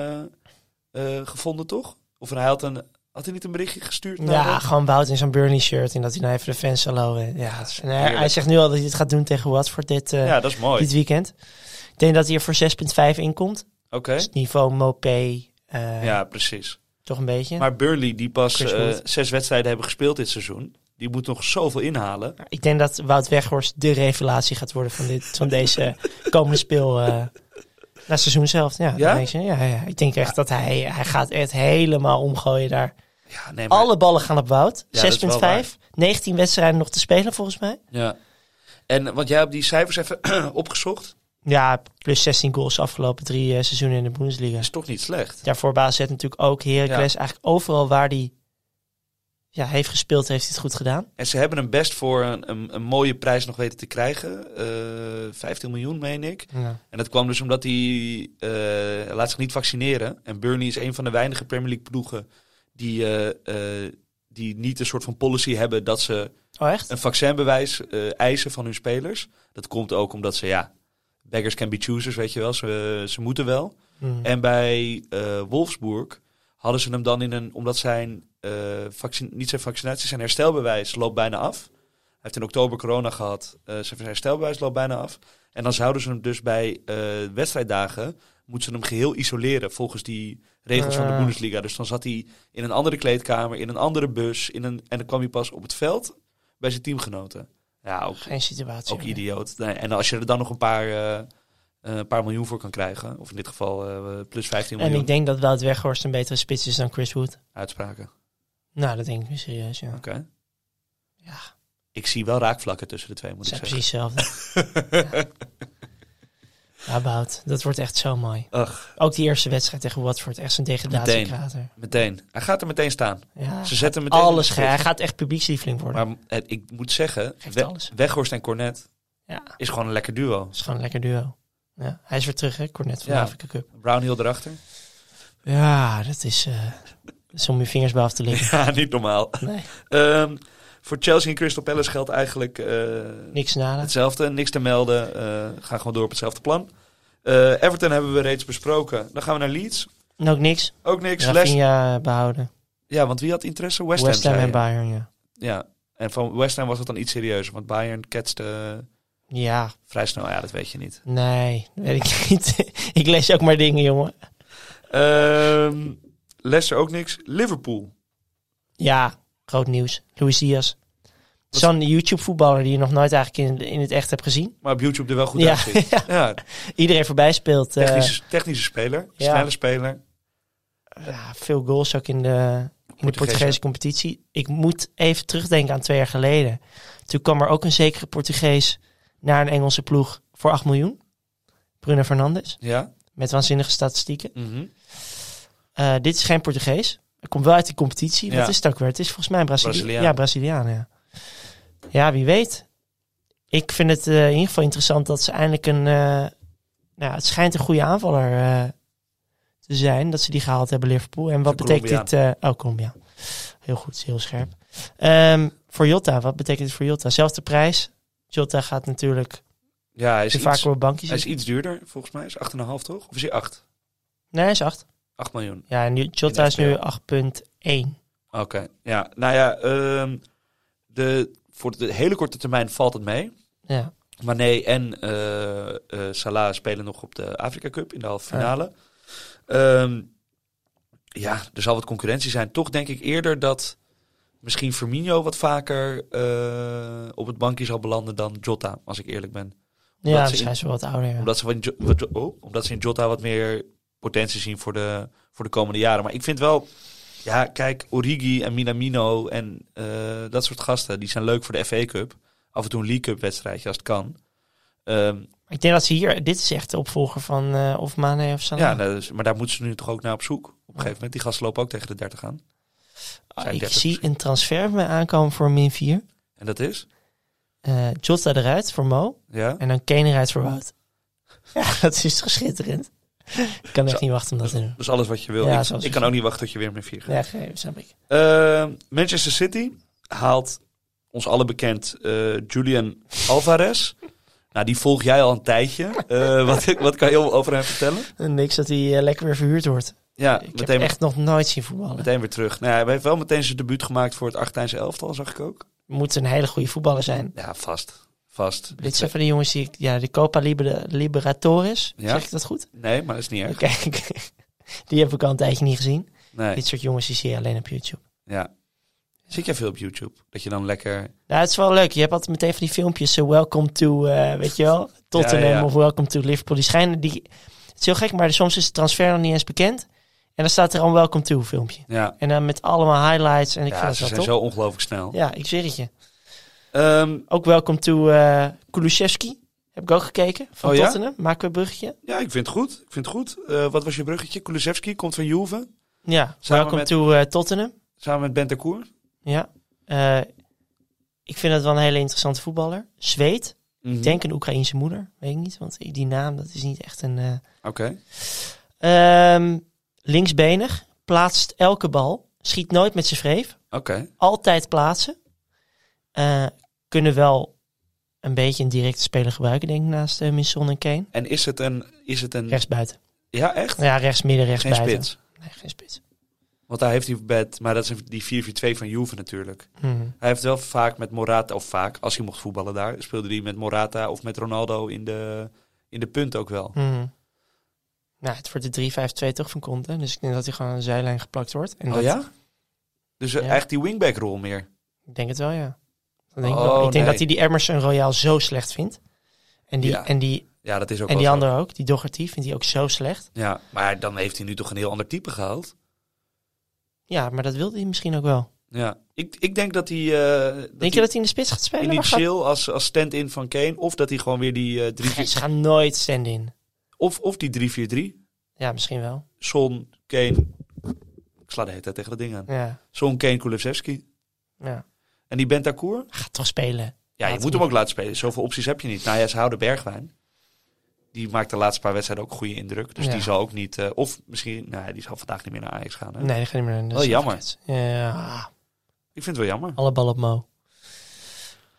Speaker 2: eh, eh, gevonden, toch? Of hij had, een, had hij niet een berichtje gestuurd? naar
Speaker 3: Ja,
Speaker 2: de-
Speaker 3: gewoon Wout in zo'n Burnley shirt en dat hij nou even de fans zal lopen. Ja,
Speaker 2: dat is
Speaker 3: en hij,
Speaker 2: heerlijk.
Speaker 3: hij zegt nu al dat hij het gaat doen tegen Watford dit, eh,
Speaker 2: ja, dat is mooi.
Speaker 3: dit weekend. Ik denk dat hij er voor 6,5 inkomt.
Speaker 2: Oké.
Speaker 3: Dus het niveau Mopé, eh
Speaker 2: Ja, precies.
Speaker 3: toch een beetje. Maar,
Speaker 2: Maar Burnley, die pas
Speaker 3: Chris
Speaker 2: eh,
Speaker 3: Wood.
Speaker 2: zes wedstrijden hebben gespeeld dit seizoen, die moet nog zoveel inhalen.
Speaker 3: ik denk dat Wout Weghorst de revelatie gaat worden van, dit, van deze komende speel. eh na het seizoen zelf, ja. dat
Speaker 2: Ja?
Speaker 3: denk je. ja, ja. Ik denk echt dat hij, hij gaat het helemaal omgooien daar.
Speaker 2: Ja, nee, maar...
Speaker 3: Alle ballen gaan op Wout.
Speaker 2: Ja, dat is wel
Speaker 3: 6,5. 19 wedstrijden nog te spelen volgens mij.
Speaker 2: Ja. En want jij hebt die cijfers even opgezocht.
Speaker 3: Ja, plus 16 goals de afgelopen drie eh, seizoenen in de Bundesliga.
Speaker 2: is toch niet slecht.
Speaker 3: Daarvoor baas zet natuurlijk ook Heracles. Eigenlijk overal waar hij ja, heeft gespeeld, heeft hij het goed gedaan.
Speaker 2: En ze hebben hem best voor een, een, een mooie prijs nog weten te krijgen. Eh 15 miljoen, meen ik. En dat kwam dus omdat hij eh, laat zich niet vaccineren. En Burnley is een van de weinige Premier League ploegen die, eh, eh, die niet een soort van policy hebben dat ze
Speaker 3: Oh, echt?
Speaker 2: een vaccinbewijs eh, eisen van hun spelers. Dat komt ook omdat ze, ja, beggars can be choosers, weet je wel. Ze, ze moeten wel.
Speaker 3: Hmm.
Speaker 2: En bij eh, Wolfsburg hadden ze hem dan in een, omdat zijn, eh, vaccin, niet zijn vaccinatie, zijn herstelbewijs loopt bijna af. Hij heeft in oktober corona gehad. eh, zijn herstelbewijs loopt bijna af. En dan zouden ze hem dus bij eh, wedstrijddagen, moeten ze hem geheel isoleren volgens die regels van de
Speaker 3: Ah.
Speaker 2: Bundesliga. Dus dan zat hij in een andere kleedkamer, in een andere bus. In een, en dan kwam hij pas op het veld bij zijn teamgenoten. Ja, ook,
Speaker 3: Geen situatie.
Speaker 2: ook idioot. Nee, en als je er dan nog een paar, eh, eh, een paar miljoen voor kan krijgen, of in dit geval eh, plus 15
Speaker 3: En
Speaker 2: miljoen
Speaker 3: ik denk dat Wout Weghorst een betere spits is dan Chris Wood.
Speaker 2: uitspraken.
Speaker 3: Nou, dat denk ik nu serieus, ja.
Speaker 2: Oké.
Speaker 3: Ja,
Speaker 2: Ik zie wel raakvlakken tussen de twee,
Speaker 3: het
Speaker 2: moet
Speaker 3: zijn
Speaker 2: ik zeggen.
Speaker 3: precies hetzelfde. ja. ja, Wout, dat wordt echt zo mooi.
Speaker 2: Ach,
Speaker 3: Ook die eerste wedstrijd tegen Watford, echt zo'n degradatiekrater.
Speaker 2: meteen. Hij gaat er meteen staan.
Speaker 3: Ja,
Speaker 2: Ze zetten hem meteen in de
Speaker 3: alles. ge-
Speaker 2: spits.
Speaker 3: Hij gaat echt publiekslieveling worden.
Speaker 2: Maar eh, ik moet zeggen,
Speaker 3: Geeft
Speaker 2: We-
Speaker 3: alles.
Speaker 2: Weghorst en Cornet
Speaker 3: ja.
Speaker 2: is gewoon een lekker duo.
Speaker 3: Dat is gewoon een lekker duo. Ja, hij is weer terug, hè? Cornet van
Speaker 2: Ja.
Speaker 3: de Afrika Cup.
Speaker 2: Brownhill erachter.
Speaker 3: Ja, dat is, eh, dat is om je vingers bij af te likken.
Speaker 2: Ja, niet normaal.
Speaker 3: Nee,
Speaker 2: Ehm, voor Chelsea en Crystal Palace geldt eigenlijk eh,
Speaker 3: niks naden.
Speaker 2: Hetzelfde, niks te melden. eh gaan gewoon door op hetzelfde plan. Eh, Everton hebben we reeds besproken. Dan gaan we naar Leeds.
Speaker 3: En ook niks.
Speaker 2: Ook niks. Les...
Speaker 3: Rafinha behouden.
Speaker 2: Ja, want wie had interesse? West
Speaker 3: West,
Speaker 2: Ham.
Speaker 3: Ham
Speaker 2: zei
Speaker 3: en
Speaker 2: je.
Speaker 3: Bayern, ja.
Speaker 2: Ja, en van West Ham was het dan iets serieuzer. Want Bayern ketste eh,
Speaker 3: Ja,
Speaker 2: vrij snel. Ja, dat weet je niet.
Speaker 3: nee, weet ik niet. ik lees ook maar dingen, jongen.
Speaker 2: Ehm Leicester ook niks. Liverpool.
Speaker 3: Ja, groot nieuws. Luis Diaz. Zo'n YouTube-voetballer die je nog nooit eigenlijk in, in het echt hebt gezien.
Speaker 2: Maar op YouTube er wel goed
Speaker 3: Ja,
Speaker 2: uitziet.
Speaker 3: ja.
Speaker 2: Ja,
Speaker 3: iedereen voorbij speelt. eh,
Speaker 2: technische, technische speler.
Speaker 3: ja.
Speaker 2: Snelle speler.
Speaker 3: ja, veel goals ook in de, in de
Speaker 2: Portugese.
Speaker 3: Portugese competitie. Ik moet even terugdenken aan twee jaar geleden. Toen kwam er ook een zekere Portugees naar een Engelse ploeg voor 8 miljoen. Bruno Fernandes.
Speaker 2: Ja.
Speaker 3: Met waanzinnige statistieken.
Speaker 2: Mhm.
Speaker 3: Eh, dit is geen Portugees. Hij komt wel uit de competitie.
Speaker 2: Ja.
Speaker 3: Wat is het ook weer? Het is volgens mij een Brazili-
Speaker 2: Braziliaan.
Speaker 3: Ja, Braziliaan, ja. Ja, wie weet. Ik vind het eh, in ieder geval interessant dat ze eindelijk een... eh, nou, het schijnt een goede aanvaller eh, te zijn. Dat ze die gehaald hebben, Liverpool. En wat
Speaker 2: De
Speaker 3: betekent dit... eh, oh, Colombia. Heel goed, heel scherp. Ehm, voor Jota, wat betekent dit voor Jota? Zelfde prijs. Jota gaat natuurlijk
Speaker 2: Ja, hij is,
Speaker 3: te
Speaker 2: iets,
Speaker 3: vaak op het bankje
Speaker 2: hij is
Speaker 3: zitten.
Speaker 2: iets duurder volgens mij. Is 8,5 toch? Of is hij 8?
Speaker 3: Nee, hij is acht.
Speaker 2: 8 miljoen.
Speaker 3: Ja, en nu, Jota
Speaker 2: In
Speaker 3: is nu
Speaker 2: FPL.
Speaker 3: 8.1.
Speaker 2: Oké, ja. Nou ja, ehm, de, voor de hele korte termijn valt het mee.
Speaker 3: Ja.
Speaker 2: Mané en eh, eh, Salah spelen nog op de Afrika Cup in de halve finale. Ehm, ja, er zal wat concurrentie zijn. Toch denk ik eerder dat misschien Firmino wat vaker eh, op het bankje zal belanden dan Jota, als ik eerlijk ben. Omdat
Speaker 3: Ja,
Speaker 2: ze
Speaker 3: dus
Speaker 2: in-
Speaker 3: hij is wel wat ouder. ja.
Speaker 2: Omdat ze, van Jo- wat Jo- oh, omdat ze in Jota wat meer potentie zien voor de, voor de komende jaren. Maar ik vind wel, ja, kijk, Origi en Minamino en eh, dat soort gasten, die zijn leuk voor de FA Cup. Af en toe een League Cup wedstrijdje als het kan. Ehm,
Speaker 3: Ik denk dat ze hier, dit is echt de opvolger van eh, of Mane of Salah.
Speaker 2: ja, nou, dus- maar daar moeten ze nu toch ook naar op zoek. Op een gegeven moment, die gasten lopen ook tegen de 30 aan.
Speaker 3: Ah,
Speaker 2: zijn
Speaker 3: ik
Speaker 2: 30
Speaker 3: zie
Speaker 2: misschien.
Speaker 3: een transfer bij mij aankomen voor min 4.
Speaker 2: En dat is,
Speaker 3: Eh Jota eruit voor Mo
Speaker 2: ja.
Speaker 3: en dan Kane eruit voor Wout. Ja, dat is toch schitterend. Ik kan echt
Speaker 2: Zo.
Speaker 3: niet wachten om dat te doen.
Speaker 2: Dus alles wat je wil.
Speaker 3: Ja,
Speaker 2: ik,
Speaker 3: zoals
Speaker 2: ik
Speaker 3: je
Speaker 2: kan
Speaker 3: zegt.
Speaker 2: ook niet wachten tot je weer met vier gaat.
Speaker 3: Ja, ge- snap ik.
Speaker 2: Eh, Manchester City haalt ons alle bekend eh, Julian Alvarez. Nou, die volg jij al een tijdje. Eh, wat, wat kan je over hem vertellen?
Speaker 3: En niks dat hij eh, lekker weer verhuurd wordt.
Speaker 2: Ja,
Speaker 3: Ik
Speaker 2: meteen,
Speaker 3: heb echt nog nooit zien voetballen.
Speaker 2: meteen weer terug. Nou, ja, hij heeft wel meteen zijn debuut gemaakt voor het Argentijnse elftal, zag ik ook.
Speaker 3: Moet een hele goede voetballer zijn.
Speaker 2: Ja, vast. Vast.
Speaker 3: Dit zijn van die jongens die ik... Ja, de Copa Liber- Liberatores.
Speaker 2: Ja.
Speaker 3: Zeg ik dat goed?
Speaker 2: Nee, maar dat is niet erg.
Speaker 3: Kijk, die heb ik al een tijdje niet gezien.
Speaker 2: Nee.
Speaker 3: Dit soort jongens die zie je alleen op YouTube.
Speaker 2: Ja. Zit jij veel op YouTube? Dat je dan lekker...
Speaker 3: Nou, het is wel leuk. Je hebt altijd meteen van die filmpjes. eh, welcome to, eh, weet je wel, Tottenham
Speaker 2: Ja, ja, ja.
Speaker 3: of Welcome to Liverpool. Die schijnen, die, het is heel gek, maar soms is de transfer nog niet eens bekend. En dan staat er al een Welcome to filmpje.
Speaker 2: Ja,
Speaker 3: En dan met allemaal highlights. En ik
Speaker 2: ja
Speaker 3: vind
Speaker 2: ze
Speaker 3: dat
Speaker 2: zijn
Speaker 3: wel
Speaker 2: zo
Speaker 3: top.
Speaker 2: ongelooflijk snel.
Speaker 3: Ja, ik zweer het je.
Speaker 2: Ehm,
Speaker 3: Ook Welcome to eh Kulusevski. Heb ik ook gekeken. Van
Speaker 2: Oh ja?
Speaker 3: Tottenham. Maken we een bruggetje.
Speaker 2: ja, ik vind het goed. Ik vind het goed. Eh, wat was je bruggetje? Kulusevski komt van Juve.
Speaker 3: Ja,
Speaker 2: Samen
Speaker 3: Welcome
Speaker 2: met-
Speaker 3: to eh, Tottenham.
Speaker 2: Samen met Bentancur.
Speaker 3: Ja. Eh, ik vind dat wel een hele interessante voetballer. Zweed.
Speaker 2: Mhm.
Speaker 3: Ik denk een Oekraïense moeder, weet ik niet, want die naam dat is niet echt een. eh.
Speaker 2: Oké.
Speaker 3: Ehm, linksbenig, plaatst elke bal, schiet nooit met zijn vreef,
Speaker 2: Oké.
Speaker 3: altijd plaatsen. Eh, kunnen wel een beetje een directe speler gebruiken, denk ik, naast uh, Minson en Kane.
Speaker 2: En is het een... Is het een...
Speaker 3: Rechtsbuiten.
Speaker 2: Ja, echt?
Speaker 3: Ja, rechts midden, rechts
Speaker 2: Hm. Geen
Speaker 3: buiten.
Speaker 2: spits.
Speaker 3: Nee, geen spits.
Speaker 2: Want daar heeft hij bed, maar dat is die 4-4-2 van Juve natuurlijk.
Speaker 3: Mhm.
Speaker 2: Hij heeft wel vaak met Morata, of vaak, als hij mocht voetballen daar, speelde hij met Morata of met Ronaldo in de, in de punt ook wel.
Speaker 3: Mhm. Nou, het wordt de 3-5-2 toch van Conte, dus ik denk dat hij gewoon aan de zijlijn geplakt wordt. En
Speaker 2: Oh
Speaker 3: dat-
Speaker 2: ja? Dus
Speaker 3: Ja.
Speaker 2: eh, echt die wingback-rol meer.
Speaker 3: Ik denk het wel, ja. Dan denk ik,
Speaker 2: Oh,
Speaker 3: wel. ik denk
Speaker 2: nee.
Speaker 3: dat hij die Emerson Royal zo slecht vindt. En die,
Speaker 2: Ja,
Speaker 3: en die,
Speaker 2: Ja, dat is ook
Speaker 3: en
Speaker 2: wel
Speaker 3: die
Speaker 2: zo.
Speaker 3: andere ook, die Doherty, vindt hij ook zo slecht.
Speaker 2: Ja, maar dan heeft hij nu toch een heel ander type gehaald.
Speaker 3: Ja, maar dat wilde hij misschien ook wel.
Speaker 2: Ja, ik, ik denk dat hij... eh, dat
Speaker 3: denk je
Speaker 2: hij
Speaker 3: dat hij in de spits gaat spelen?
Speaker 2: in die
Speaker 3: Maar gaat-
Speaker 2: chill als, als stand-in van Kane, of dat hij gewoon weer die eh
Speaker 3: Nee,
Speaker 2: 3
Speaker 3: Ze gaan nooit stand-in.
Speaker 2: of, of die 3-4-3.
Speaker 3: Ja, misschien wel.
Speaker 2: Son, Kane... Ik sla de hele tijd tegen dat ding aan.
Speaker 3: Ja,
Speaker 2: Son, Kane, Kulusevski.
Speaker 3: ja.
Speaker 2: En die Bentancur?
Speaker 3: Gaat toch spelen.
Speaker 2: Ja, je
Speaker 3: Laat
Speaker 2: moet
Speaker 3: hem
Speaker 2: hem ook laten spelen. Zoveel opties heb je niet. Nou ja, ze houden Bergwijn. Die maakt de laatste paar wedstrijden ook een goede indruk. Dus
Speaker 3: Ja.
Speaker 2: die zal ook niet... eh, of misschien... Nou, ja, die zal vandaag niet meer naar Ajax gaan. Hè?
Speaker 3: Nee, dat gaat niet meer. in de
Speaker 2: Wel Oh, jammer.
Speaker 3: startplaats. Ja,
Speaker 2: Ik vind het wel jammer.
Speaker 3: alle bal op Mo.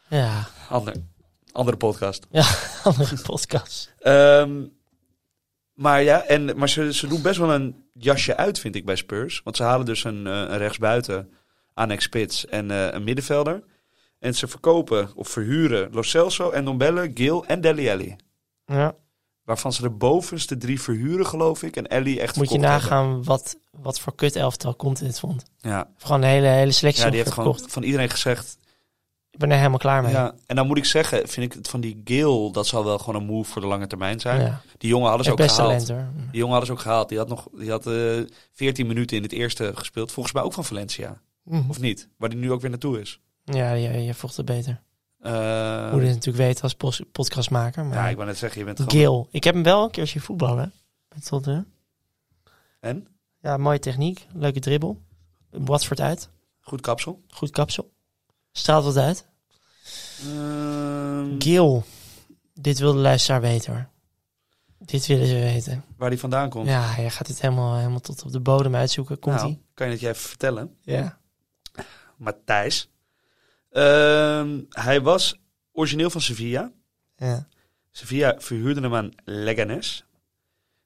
Speaker 3: Ja,
Speaker 2: Ander, andere podcast.
Speaker 3: andere podcast.
Speaker 2: Ehm, maar ja, en, maar ze, ze doen best wel een jasje uit, vind ik, bij Spurs. Want ze halen dus een, eh, een rechtsbuiten, Annex Spits en eh, een middenvelder. En ze verkopen of verhuren Lo Celso, Endombele, Gil en Deli Alli.
Speaker 3: Ja,
Speaker 2: Waarvan ze de bovenste drie verhuren, geloof ik. En Ellie echt
Speaker 3: moet je
Speaker 2: verkocht hebben.
Speaker 3: nagaan wat, wat voor kut elftal komt dit vond.
Speaker 2: Ja,
Speaker 3: Gewoon een hele, hele selectie
Speaker 2: ja die heeft
Speaker 3: verkocht.
Speaker 2: gewoon van iedereen gezegd.
Speaker 3: Ik ben er helemaal klaar mee.
Speaker 2: Ja. En dan moet ik zeggen, vind ik het van die Gil, dat zal wel gewoon een move voor de lange termijn zijn.
Speaker 3: Ja.
Speaker 2: Die jongen hadden ze
Speaker 3: Heeft
Speaker 2: ook
Speaker 3: best
Speaker 2: gehaald.
Speaker 3: talent hoor.
Speaker 2: Die jongen hadden ze ook gehaald. Die had, nog, die had eh 14 minuten in het eerste gespeeld. Volgens mij ook van Valencia. Of niet? Waar die nu ook weer naartoe is.
Speaker 3: Ja, je, je voegt het beter.
Speaker 2: Eh,
Speaker 3: Moet je het natuurlijk weten als pos- podcastmaker. Maar
Speaker 2: ja, ik wou net zeggen, je bent gewoon...
Speaker 3: Gil. Ik heb hem wel een keer zien voetballen. Met Tottenham.
Speaker 2: En?
Speaker 3: Ja, mooie techniek. Leuke dribbel. Watford uit.
Speaker 2: Goed kapsel.
Speaker 3: Goed kapsel. Straalt wat uit.
Speaker 2: Ehm,
Speaker 3: Gil. Dit wil de luisteraar weten hoor. Dit willen ze weten.
Speaker 2: waar die vandaan komt.
Speaker 3: Ja, je gaat dit helemaal, helemaal tot op de bodem uitzoeken. Komt
Speaker 2: Nou,
Speaker 3: ie?
Speaker 2: kan je het je even vertellen?
Speaker 3: Ja.
Speaker 2: Matthijs. Ehm, hij was origineel van Sevilla.
Speaker 3: ja.
Speaker 2: Sevilla verhuurde hem aan Leganes.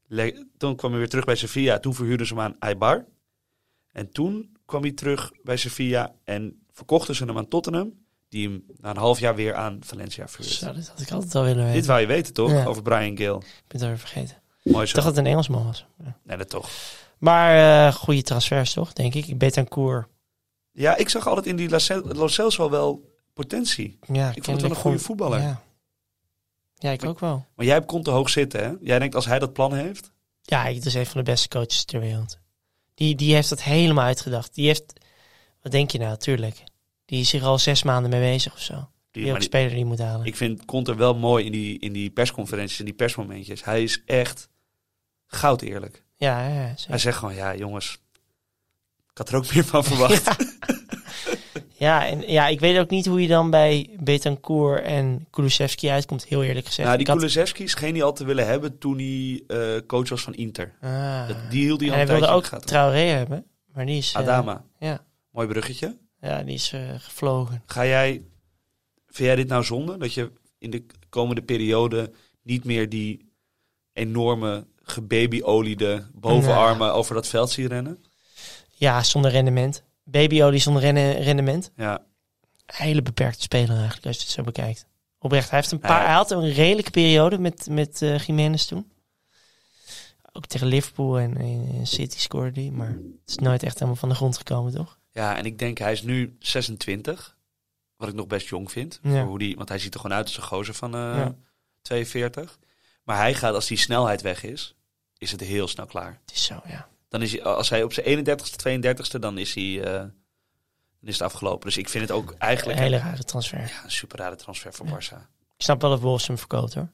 Speaker 2: Le- toen kwam hij weer terug bij Sevilla. Toen verhuurden ze hem aan Eibar. En toen kwam hij terug bij Sevilla en verkochten ze hem aan Tottenham. Die hem na een half jaar weer aan Valencia verhuurde.
Speaker 3: Zo, dat had ik altijd al willen weten.
Speaker 2: Dit wou je weten toch?
Speaker 3: Ja.
Speaker 2: Over Brian Gill.
Speaker 3: Ik ben het alweer vergeten.
Speaker 2: Mooi
Speaker 3: Ik
Speaker 2: zo.
Speaker 3: dacht dat het een Engelsman was. Ja.
Speaker 2: Nee, dat toch.
Speaker 3: Maar eh goede transfers toch, denk ik. Betancourt.
Speaker 2: Ja, ik zag altijd in die La Cel- Lo Celso wel potentie.
Speaker 3: Ja,
Speaker 2: Ik vond het wel een goede voetballer.
Speaker 3: Ja. ja, ik ook wel.
Speaker 2: Maar jij hebt Conte hoog zitten hè? Jij denkt als hij dat plan heeft?
Speaker 3: Ja, hij is een van de beste coaches ter wereld. Die, die heeft dat helemaal uitgedacht. Die heeft, wat denk je nou, tuurlijk. Die is hier al zes maanden mee bezig of zo. Die
Speaker 2: maar
Speaker 3: ook speler die moet halen.
Speaker 2: Ik vind Conte wel mooi in die, in die persconferenties, in die persmomentjes. Hij is echt goud eerlijk.
Speaker 3: ja, ja, ja,
Speaker 2: Hij
Speaker 3: zeker.
Speaker 2: zegt gewoon, ja jongens, ik had er ook meer van verwacht.
Speaker 3: Ja. Ja, en, ja, ik weet ook niet hoe je dan bij Betancourt en Kulusevski uitkomt, heel eerlijk gezegd.
Speaker 2: Nou, die
Speaker 3: Ik had-
Speaker 2: Kulusevski scheen hij al te willen hebben toen hij eh, coach was van Inter.
Speaker 3: Ah.
Speaker 2: Dat- Die hield hij
Speaker 3: En
Speaker 2: al een
Speaker 3: hij
Speaker 2: tijdje
Speaker 3: wilde
Speaker 2: in
Speaker 3: ook
Speaker 2: de gaten.
Speaker 3: Traoré hebben, maar die is... eh,
Speaker 2: Adama,
Speaker 3: ja,
Speaker 2: mooi bruggetje.
Speaker 3: ja, die is eh, gevlogen.
Speaker 2: Ga jij, vind jij dit nou zonde? Dat je in de komende periode niet meer die enorme gebabyoliede bovenarmen over dat veld ziet rennen?
Speaker 3: Ja, zonder rendement. Babyolie zonder renne- rendement.
Speaker 2: Ja,
Speaker 3: Hele beperkte speler eigenlijk, als je het zo bekijkt. Oprecht, hij, heeft een
Speaker 2: Ja.
Speaker 3: paar, hij had een redelijke periode met, met eh Jiménez toen. Ook tegen Liverpool en, en- en City scoorde hij, maar het is nooit echt helemaal van de grond gekomen, toch?
Speaker 2: ja, en ik denk hij is nu 26. Wat ik nog best jong vind.
Speaker 3: Ja.
Speaker 2: voor Hoe die, want hij ziet er gewoon uit als een gozer van eh,
Speaker 3: Ja.
Speaker 2: 42. Maar hij gaat, als die snelheid weg is, is het heel snel klaar.
Speaker 3: Het is zo, ja.
Speaker 2: Dan is hij, als hij op zijn 31ste, 32ste, dan is hij eh, dan is het afgelopen. Dus ik vind het ook
Speaker 3: Een
Speaker 2: eigenlijk
Speaker 3: hele rare transfer.
Speaker 2: ja, een super rare transfer voor Barça.
Speaker 3: Ik snap wel dat Wolves hem verkoopt, hoor.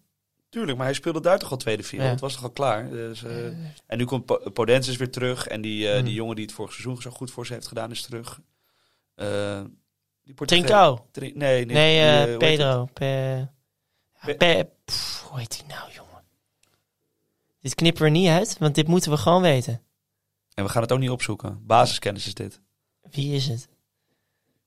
Speaker 2: Tuurlijk, maar hij speelde daar toch al tweede vier.
Speaker 3: Ja.
Speaker 2: Het was toch al klaar. Dus, eh, en nu komt Po- Podence weer terug. En die, eh,
Speaker 3: Hmm.
Speaker 2: die jongen die het vorig seizoen zo goed voor ze heeft gedaan, is terug. Eh die Portugees-
Speaker 3: Trincao.
Speaker 2: Trin- nee, nee,
Speaker 3: Nee,
Speaker 2: die,
Speaker 3: eh,
Speaker 2: eh, hoe heet
Speaker 3: Pedro. Pe-
Speaker 2: Pe-
Speaker 3: Pe- Pff, hoe heet die nou, jongen? Dit knippen we niet uit, want dit moeten we gewoon weten.
Speaker 2: die? En we gaan het ook niet opzoeken. Basiskennis is dit.
Speaker 3: Wie is het?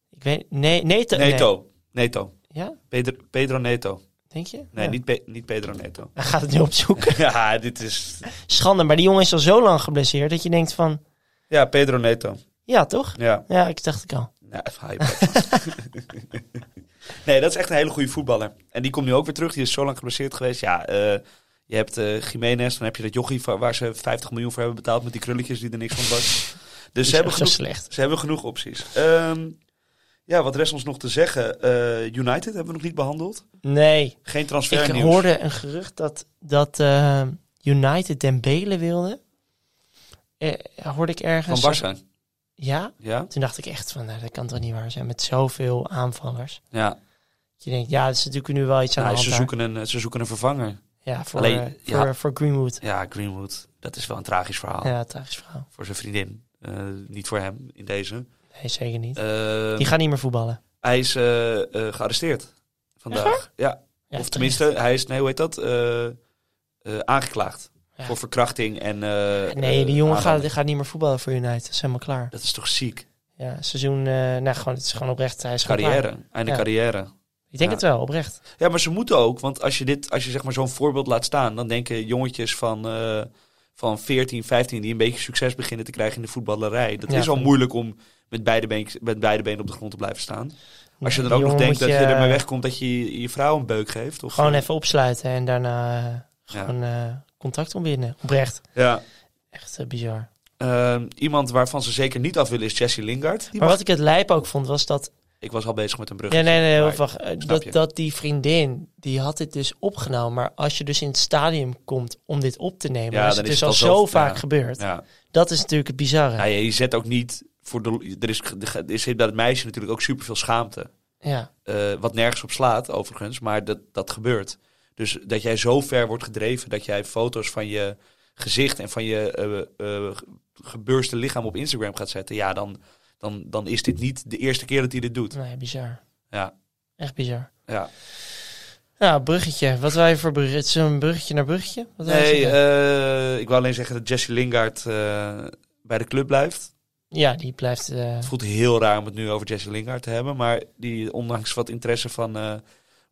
Speaker 3: Ik weet... Nee, Neto. nee.
Speaker 2: Neto. Neto.
Speaker 3: Ja,
Speaker 2: Pedro, Pedro Neto.
Speaker 3: denk je?
Speaker 2: Nee,
Speaker 3: Ja.
Speaker 2: niet, Pe- niet Pedro Neto.
Speaker 3: Hij gaat het nu opzoeken.
Speaker 2: ja, dit is...
Speaker 3: Schande, maar die jongen is al zo lang geblesseerd dat je denkt van...
Speaker 2: Ja, Pedro Neto.
Speaker 3: Ja, toch?
Speaker 2: Ja.
Speaker 3: Ja, ik dacht ik al.
Speaker 2: Nou, even hype. nee, dat is echt een hele goede voetballer. En die komt nu ook weer terug. Die is zo lang geblesseerd geweest. Ja, eh, je hebt eh Jiménez, dan heb je dat jochie van- waar ze 50 miljoen voor hebben betaald met die krulletjes die er niks van was. Dus
Speaker 3: is
Speaker 2: ze hebben,
Speaker 3: echt zo
Speaker 2: genoeg,
Speaker 3: slecht.
Speaker 2: ze hebben genoeg opties. Ehm, ja, wat rest ons nog te zeggen? Eh, United hebben we nog niet behandeld.
Speaker 3: Nee,
Speaker 2: Geen
Speaker 3: ik
Speaker 2: transfernieuws.
Speaker 3: hoorde een gerucht dat, dat eh, United Dembele wilde. Eh, hoorde ik
Speaker 2: van
Speaker 3: ergens.
Speaker 2: Barça.
Speaker 3: Ja,
Speaker 2: Ja,
Speaker 3: Toen dacht ik echt van, nou, dat kan toch niet waar zijn met zoveel aanvallers.
Speaker 2: ja.
Speaker 3: Je denkt, ja, dat is natuurlijk nu wel iets aan
Speaker 2: Nou,
Speaker 3: de hand
Speaker 2: ze,
Speaker 3: daar.
Speaker 2: zoeken een, ze zoeken een vervanger.
Speaker 3: Ja, voor,
Speaker 2: Alleen,
Speaker 3: eh,
Speaker 2: ja. Oh.
Speaker 3: voor, voor Greenwood.
Speaker 2: Ja, Greenwood. Dat is wel een tragisch verhaal
Speaker 3: Ja, tragisch verhaal.
Speaker 2: voor zijn vriendin. Eh, niet voor hem in deze.
Speaker 3: Nee, zeker niet.
Speaker 2: Eh,
Speaker 3: Die gaat niet meer voetballen.
Speaker 2: Hij is eh, eh, gearresteerd vandaag. Ja,
Speaker 3: Ja,
Speaker 2: of tenminste, hij is, nee, hoe heet dat? Eh, eh, aangeklaagd
Speaker 3: Ja.
Speaker 2: voor verkrachting en. eh,
Speaker 3: terecht. Nee, die
Speaker 2: eh,
Speaker 3: jongen
Speaker 2: aanranding.
Speaker 3: gaat, gaat niet meer voetballen voor United. Dat is helemaal klaar.
Speaker 2: Dat is toch ziek?
Speaker 3: Ja, seizoen, eh, nou, gewoon, het is gewoon oprecht. Hij is gewoon klaar.
Speaker 2: Carrière. Einde
Speaker 3: Ja.
Speaker 2: carrière.
Speaker 3: Ik denk
Speaker 2: Ja.
Speaker 3: het wel, oprecht.
Speaker 2: Ja, maar ze moeten ook, want als je, dit, als je zeg maar zo'n voorbeeld laat staan, dan denken jongetjes van, eh, van 14, 15 die een beetje succes beginnen te krijgen in de voetballerij. Dat
Speaker 3: Ja.
Speaker 2: is al moeilijk om met beide, been, met beide benen op de grond te blijven staan. Als je dan
Speaker 3: Die
Speaker 2: ook nog
Speaker 3: jongen
Speaker 2: denkt
Speaker 3: moet
Speaker 2: dat je ermee
Speaker 3: eh,
Speaker 2: wegkomt dat je je vrouw een beuk geeft. Of, eh,
Speaker 3: Gewoon even opsluiten en daarna eh, gewoon eh, contact ontbinden. Oprecht.
Speaker 2: Ja.
Speaker 3: Echt eh, bizar.
Speaker 2: Ehm, iemand waarvan ze zeker niet af willen is Jesse Lingard. Die
Speaker 3: maar
Speaker 2: mag-
Speaker 3: wat ik het lijp ook vond, was dat
Speaker 2: Ik was al bezig met een brug.
Speaker 3: Oh. Ja, nee, nee,
Speaker 2: Maar-
Speaker 3: wacht, wacht. Eh,
Speaker 2: snap je.
Speaker 3: Dat, dat die vriendin, die had dit dus opgenomen. Maar als je dus in het stadium komt om dit op te nemen,
Speaker 2: Ja,
Speaker 3: dan is
Speaker 2: dan
Speaker 3: het
Speaker 2: is
Speaker 3: dus
Speaker 2: het
Speaker 3: al
Speaker 2: al
Speaker 3: zo
Speaker 2: zelf-
Speaker 3: vaak
Speaker 2: ja.
Speaker 3: gebeurd.
Speaker 2: Ja.
Speaker 3: Dat is natuurlijk het bizarre.
Speaker 2: Ja,
Speaker 3: Ja,
Speaker 2: je- je zet ook niet voor de. Er is, er is bij het meisje natuurlijk ook super veel schaamte. Eh, wat nergens op slaat, overigens, maar dat, dat gebeurt. Dus dat jij zo ver wordt gedreven dat jij foto's van je gezicht en van je eh, eh, ge- gebeurste lichaam op Instagram gaat zetten. Ja, dan, dan, dan is dit niet de eerste keer dat hij dit doet.
Speaker 3: Nee, bizar.
Speaker 2: Ja,
Speaker 3: Echt bizar.
Speaker 2: ja.
Speaker 3: Ja, bruggetje. Wat wij voor bruggetje? Het is een bruggetje naar bruggetje. Wat wij
Speaker 2: Nee,
Speaker 3: zeggen?
Speaker 2: eh, ik wil alleen zeggen dat Jesse Lingard eh, bij de club blijft.
Speaker 3: ja, die blijft... eh,
Speaker 2: Het voelt heel raar om het nu over Jesse Lingard te hebben. Maar die, ondanks wat interesse van eh,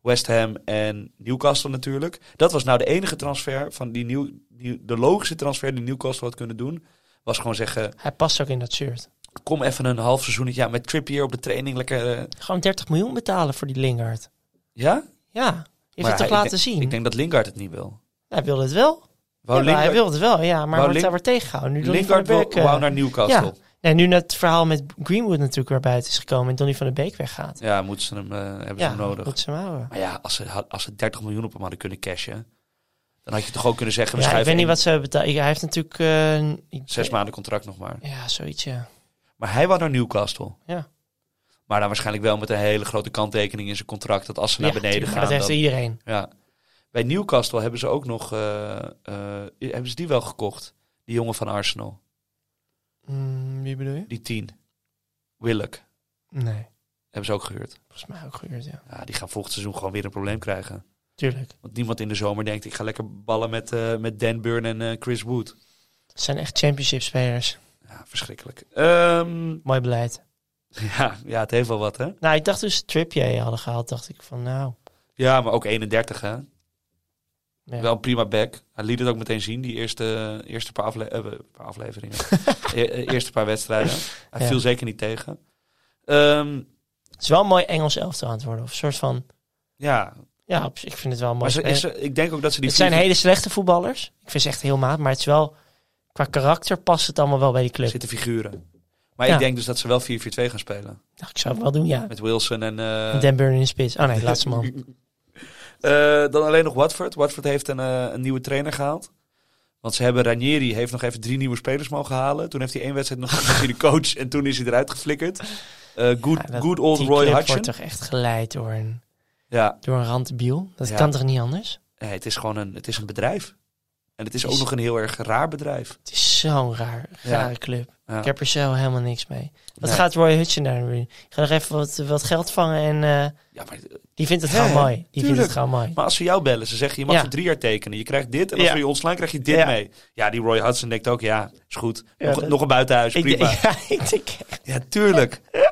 Speaker 2: West Ham en Newcastle natuurlijk. Dat was nou de enige transfer van die, nieuw, die- de logische transfer die Newcastle had kunnen doen. Was gewoon zeggen,
Speaker 3: hij past ook in dat shirt.
Speaker 2: kom even een half seizoenetje ja, met Trippier op de training. Lekker, eh,
Speaker 3: Gewoon 30 miljoen betalen voor die Lingard.
Speaker 2: ja?
Speaker 3: Ja, heeft
Speaker 2: Maar
Speaker 3: het
Speaker 2: hij-
Speaker 3: toch laten zien?
Speaker 2: Ik denk dat Lingard het niet wil.
Speaker 3: Hij wilde het wel.
Speaker 2: Wou
Speaker 3: Ja, maar hij
Speaker 2: Lingard,
Speaker 3: wilde het wel, ja. Maar
Speaker 2: Wou
Speaker 3: wordt
Speaker 2: Ling-
Speaker 3: daar wordt tegengehouden. Nu Donny van
Speaker 2: Lingard
Speaker 3: der
Speaker 2: wil,
Speaker 3: Beek... eh,
Speaker 2: wou naar Newcastle.
Speaker 3: En nu het verhaal met Greenwood natuurlijk weer buiten is gekomen en Donny van der Beek weggaat.
Speaker 2: Ja, moeten ze hem, eh, hebben ze
Speaker 3: Ja,
Speaker 2: hem nodig.
Speaker 3: moet ze hem houden.
Speaker 2: Maar ja, als ze, had- als ze 30 miljoen op hem hadden kunnen cashen, dan had je toch ook kunnen zeggen, we
Speaker 3: Ja, ik
Speaker 2: schuiven
Speaker 3: weet niet
Speaker 2: één-
Speaker 3: wat ze hebben betaald. Hij heeft natuurlijk... eh, een- ik-
Speaker 2: zes maanden contract nog maar.
Speaker 3: Ja, zoiets, ja.
Speaker 2: Maar hij wou naar Newcastle.
Speaker 3: Ja.
Speaker 2: Maar dan waarschijnlijk wel met een hele grote kanttekening in zijn contract, dat als ze naar
Speaker 3: Ja,
Speaker 2: beneden
Speaker 3: tuurlijk,
Speaker 2: gaan.
Speaker 3: maar Dat heeft
Speaker 2: dan-
Speaker 3: iedereen.
Speaker 2: ja. Bij Newcastle hebben ze ook nog, eh, eh, hebben ze die wel gekocht? Die jongen van Arsenal,
Speaker 3: Mm, wie bedoel je?
Speaker 2: die tien. Willock.
Speaker 3: Nee.
Speaker 2: Hebben ze ook gehuurd.
Speaker 3: Volgens mij ook gehuurd, ja.
Speaker 2: Ja, die gaan volgend seizoen gewoon weer een probleem krijgen.
Speaker 3: Tuurlijk.
Speaker 2: Want niemand in de zomer denkt, ik ga lekker ballen met, eh, met Dan Burn en eh, Chris Wood.
Speaker 3: Het zijn echt championship spelers.
Speaker 2: Ja, verschrikkelijk. Ehm,
Speaker 3: Mooi beleid.
Speaker 2: ja, ja, het heeft wel wat, hè?
Speaker 3: Nou, ik dacht dus Trippier hadden gehaald, dacht ik van nou...
Speaker 2: Ja, maar ook 31, hè?
Speaker 3: ja.
Speaker 2: Wel een prima back. Hij liet het ook meteen zien, die eerste, eerste paar, afle- eh, paar afleveringen. E- eh, eerste paar wedstrijden. Hij
Speaker 3: Ja.
Speaker 2: viel zeker niet tegen. Ehm,
Speaker 3: Het is wel een mooi Engels elftal aan het worden. Of een soort van...
Speaker 2: ja,
Speaker 3: Ja, op zich- ik vind het wel een mooi
Speaker 2: maar ze,
Speaker 3: spelen.
Speaker 2: is ze- ik denk ook dat ze die...
Speaker 3: Het zijn
Speaker 2: vier-
Speaker 3: hele slechte voetballers. Ik vind ze echt heel maat. Maar het is wel... Qua karakter past het allemaal wel bij die club.
Speaker 2: zitten figuren. Maar
Speaker 3: Ja.
Speaker 2: ik denk dus dat ze wel 4-4-2 gaan spelen.
Speaker 3: Nou, ik zou het wel doen, ja.
Speaker 2: Met Wilson en... eh,
Speaker 3: Dan Burn in de spits. Oh nee, de laatste man.
Speaker 2: Eh, dan alleen nog Watford. Watford heeft een, eh, een nieuwe trainer gehaald. Want ze hebben Ranieri heeft nog even drie nieuwe spelers mogen halen. Toen heeft hij één wedstrijd nog gezien de coach en toen is hij eruit geflikkerd. Eh, good,
Speaker 3: Ja, dat-
Speaker 2: good old
Speaker 3: die
Speaker 2: Roy
Speaker 3: club
Speaker 2: Hudson.
Speaker 3: wordt toch echt geleid door een,
Speaker 2: Ja,
Speaker 3: door een randbiel. Dat
Speaker 2: Ja.
Speaker 3: kan toch niet anders?
Speaker 2: nee, het is gewoon een, het is een bedrijf. En het is ook
Speaker 3: Is-
Speaker 2: nog een heel erg raar bedrijf.
Speaker 3: Het is zo'n raar,
Speaker 2: Ja.
Speaker 3: rare club.
Speaker 2: Ja.
Speaker 3: Ik heb er zo helemaal niks mee. Wat
Speaker 2: Nee.
Speaker 3: gaat Roy Hudson daar nu doen? Ik ga nog even wat, wat geld vangen en eh,
Speaker 2: Ja, maar,
Speaker 3: die vindt het
Speaker 2: Ja,
Speaker 3: gewoon mooi. Die vindt
Speaker 2: tuurlijk.
Speaker 3: het gewoon mooi.
Speaker 2: maar als ze jou bellen, ze zeggen je mag
Speaker 3: Ja.
Speaker 2: voor drie jaar tekenen. Je krijgt dit en als
Speaker 3: Ja.
Speaker 2: we je ontslaan krijg je dit
Speaker 3: Ja.
Speaker 2: mee. Ja, die Roy Hudson denkt ook, ja, is goed.
Speaker 3: Ja,
Speaker 2: nog,
Speaker 3: dat-
Speaker 2: nog een buitenhuis,
Speaker 3: Ik,
Speaker 2: prima.
Speaker 3: denk- ja, ik denk echt.
Speaker 2: Ja, tuurlijk. En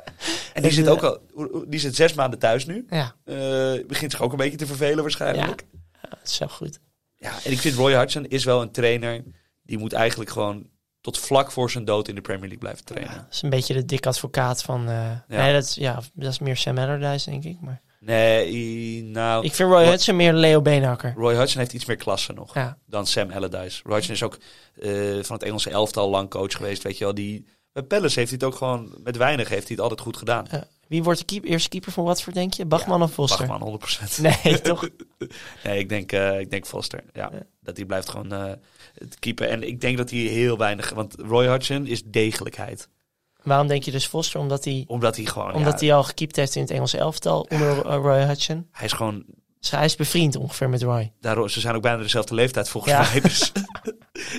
Speaker 2: die
Speaker 3: Dus,
Speaker 2: zit
Speaker 3: eh,
Speaker 2: ook al, die zit zes maanden thuis nu.
Speaker 3: Ja,
Speaker 2: Eh, begint zich ook een beetje te vervelen waarschijnlijk.
Speaker 3: dat is zo goed.
Speaker 2: Ja. en ik vind Roy Hudson is wel een trainer die moet eigenlijk gewoon tot vlak voor zijn dood in de Premier League blijven trainen.
Speaker 3: Dat is een beetje de dik advocaat van... eh, Nee, dat is, ja, dat is meer Sam Allardyce, denk ik. Maar
Speaker 2: Nee, nou,
Speaker 3: ik vind Roy
Speaker 2: Roy-
Speaker 3: Hudson meer Leo Beenhakker.
Speaker 2: Roy Hudson heeft iets meer klasse nog
Speaker 3: Ja,
Speaker 2: dan Sam Allardyce. Roy Hudson is ook eh, van het Engelse elftal lang coach geweest, weet je wel. Die, bij Palace heeft hij het ook gewoon, met weinig heeft hij het altijd goed gedaan.
Speaker 3: eh, wie wordt de keep- eerste keeper van Watford, denk je? Bachman of Foster?
Speaker 2: Bachman, 100%.
Speaker 3: Nee, toch?
Speaker 2: Nee, ik denk, eh, ik denk Foster. Ja,
Speaker 3: Ja.
Speaker 2: dat hij blijft gewoon eh, het keeper. En ik denk dat hij heel weinig... Want Roy Hodgson is degelijkheid.
Speaker 3: Waarom denk je dus Foster? Omdat hij,
Speaker 2: Omdat hij gewoon...
Speaker 3: omdat
Speaker 2: ja,
Speaker 3: hij al gekiept heeft in het Engelse elftal onder eh, Roy Hudson.
Speaker 2: hij is gewoon...
Speaker 3: Dus hij is bevriend ongeveer met Roy.
Speaker 2: Daarom, ze zijn ook bijna dezelfde leeftijd volgens
Speaker 3: Ja.
Speaker 2: mij. Dus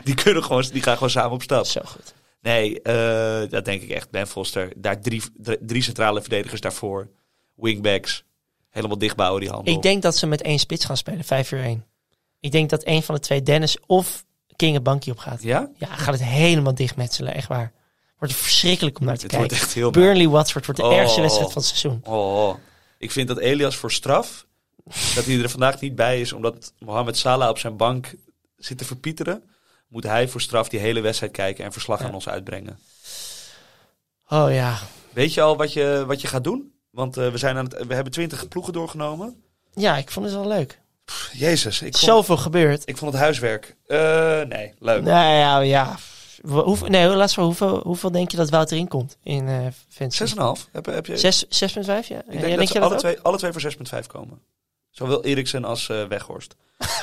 Speaker 2: die, kunnen gewoon, die gaan gewoon samen op stap.
Speaker 3: Zo goed.
Speaker 2: Nee, eh, dat denk ik echt. Ben Foster. Daar drie, drie, drie centrale verdedigers daarvoor. Wingbacks. Helemaal dichtbouwen die handel.
Speaker 3: Ik denk dat ze met één spits gaan spelen, 5 uur 1. Ik denk dat één van de twee Dennis of King het bankje op gaat.
Speaker 2: Ja?
Speaker 3: Ja, gaat het helemaal dichtmetselen, echt waar. Wordt verschrikkelijk om naar te
Speaker 2: Het wordt
Speaker 3: kijken.
Speaker 2: echt heel...
Speaker 3: Burnley Watford wordt de
Speaker 2: Oh.
Speaker 3: ergste wedstrijd van het seizoen.
Speaker 2: Oh, ik vind dat Elias voor straf, dat hij er vandaag niet bij is, omdat Mohamed Salah op zijn bank zit te verpieteren, moet hij voor straf die hele wedstrijd kijken en verslag
Speaker 3: Ja.
Speaker 2: aan ons uitbrengen.
Speaker 3: Oh ja.
Speaker 2: Weet je al wat je, wat je gaat doen? Want eh, we, zijn aan het, we hebben twintig ploegen doorgenomen.
Speaker 3: Ja, ik vond het wel leuk.
Speaker 2: Pff, Jezus, ik vond,
Speaker 3: Zoveel gebeurd.
Speaker 2: ik vond het huiswerk. Eh, nee, leuk.
Speaker 3: Nou ja, ja. Hoe- Hoeveel, nee, laat maar, hoeveel, hoeveel denk je dat Wouter inkomt in eh Fantasy?
Speaker 2: 6,5. Heb, heb je,
Speaker 3: 6, 6,5, ja?
Speaker 2: ik
Speaker 3: ja,
Speaker 2: denk dat
Speaker 3: denk
Speaker 2: ze
Speaker 3: je
Speaker 2: alle,
Speaker 3: ook?
Speaker 2: twee, alle twee voor 6,5 komen. Zowel Eriksen als eh, Weghorst.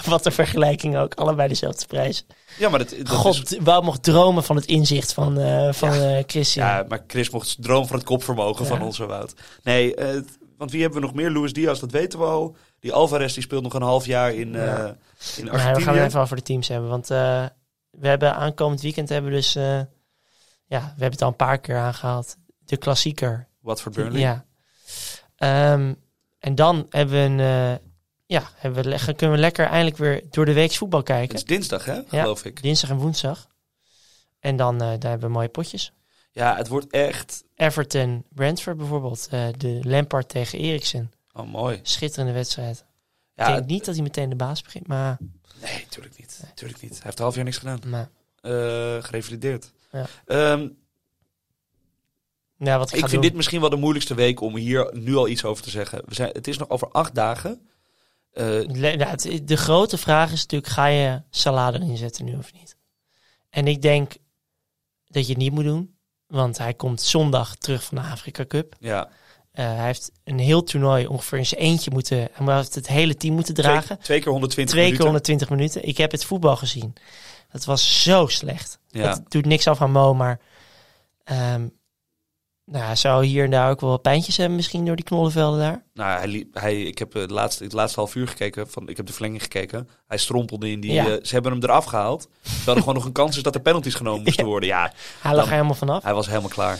Speaker 3: Wat een vergelijking ook. Allebei dezelfde prijs.
Speaker 2: Ja, maar dat, dat is...
Speaker 3: God, wou mocht dromen van het inzicht van, eh van eh, Christian.
Speaker 2: Ja, maar Chris mocht droom van het kopvermogen van
Speaker 3: Ja.
Speaker 2: onze Wout. Nee, eh, het- want wie hebben we nog meer? Luis Diaz, dat weten we al. Die Alvarez die speelt nog een half jaar in, eh, in
Speaker 3: Ja. Maar we
Speaker 2: Argentinië.
Speaker 3: gaan het even over de teams hebben. Want eh, we hebben aankomend weekend hebben we dus... eh, ja, we hebben het al een paar keer aangehaald. De klassieker.
Speaker 2: Wat voor Burnley.
Speaker 3: Ja. Ehm, en dan hebben we een... eh, ja, hebben we, le- kunnen we lekker eindelijk weer door de weeks voetbal
Speaker 2: Het
Speaker 3: kijken.
Speaker 2: is dinsdag, hè? geloof ik.
Speaker 3: Dinsdag en woensdag. En dan eh, daar hebben we mooie potjes.
Speaker 2: Ja, het wordt echt...
Speaker 3: Everton, Brentford bijvoorbeeld. eh, de Lampard tegen Eriksen.
Speaker 2: Oh, mooi.
Speaker 3: Schitterende wedstrijd.
Speaker 2: Ja,
Speaker 3: ik denk niet dat hij meteen de baas begint, maar...
Speaker 2: Nee, tuurlijk niet. Tuurlijk niet. Hij heeft een half jaar niks gedaan.
Speaker 3: maar
Speaker 2: Eh gerevalideerd.
Speaker 3: Ja.
Speaker 2: Ehm,
Speaker 3: nou, wat ik,
Speaker 2: ik
Speaker 3: ga
Speaker 2: vind
Speaker 3: doen.
Speaker 2: dit misschien wel de moeilijkste week om hier nu al iets over te zeggen. We zijn, het is nog over acht dagen. Eh,
Speaker 3: Le- nou, het- de grote vraag is natuurlijk, ga je Salah erin zetten nu of niet? En ik denk dat je het niet moet doen. Want hij komt zondag terug van de Afrika Cup.
Speaker 2: ja,
Speaker 3: Eh, hij heeft een heel toernooi ongeveer in zijn eentje moeten... Hij heeft het hele team moeten
Speaker 2: twee,
Speaker 3: dragen.
Speaker 2: twee keer 120
Speaker 3: Twee keer
Speaker 2: minuten.
Speaker 3: 120 minuten. Ik heb het voetbal gezien. Dat was zo slecht.
Speaker 2: Ja.
Speaker 3: Het doet niks af aan Mo, maar... ehm nou, hij zou hier en daar ook wel pijntjes hebben misschien door die knollenvelden daar.
Speaker 2: Nou, hij, liep- hij, ik heb eh, het laatste, het laatste half uur gekeken. Van, ik heb de verlenging gekeken. Hij strompelde in die.
Speaker 3: Ja.
Speaker 2: eh, ze hebben hem eraf gehaald. Terwijl er gewoon nog een kans is dat er penalties genomen moesten worden. Ja,
Speaker 3: Hij lag
Speaker 2: Dan-
Speaker 3: er helemaal vanaf.
Speaker 2: hij was helemaal klaar.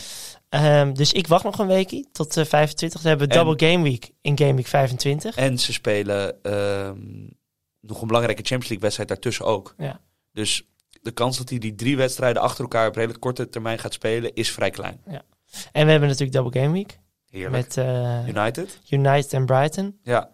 Speaker 3: Ehm, dus ik wacht nog een weekje tot eh 25. Dan hebben we
Speaker 2: En-
Speaker 3: Double Game Week in Game Week 25.
Speaker 2: En ze spelen ehm, nog een belangrijke Champions League wedstrijd daartussen ook.
Speaker 3: Ja.
Speaker 2: Dus de kans dat hij die drie wedstrijden achter elkaar op redelijk korte termijn gaat spelen is vrij klein.
Speaker 3: En we hebben natuurlijk Double Game Week
Speaker 2: Heerlijk.
Speaker 3: met eh,
Speaker 2: United?
Speaker 3: United en Brighton.
Speaker 2: Ja.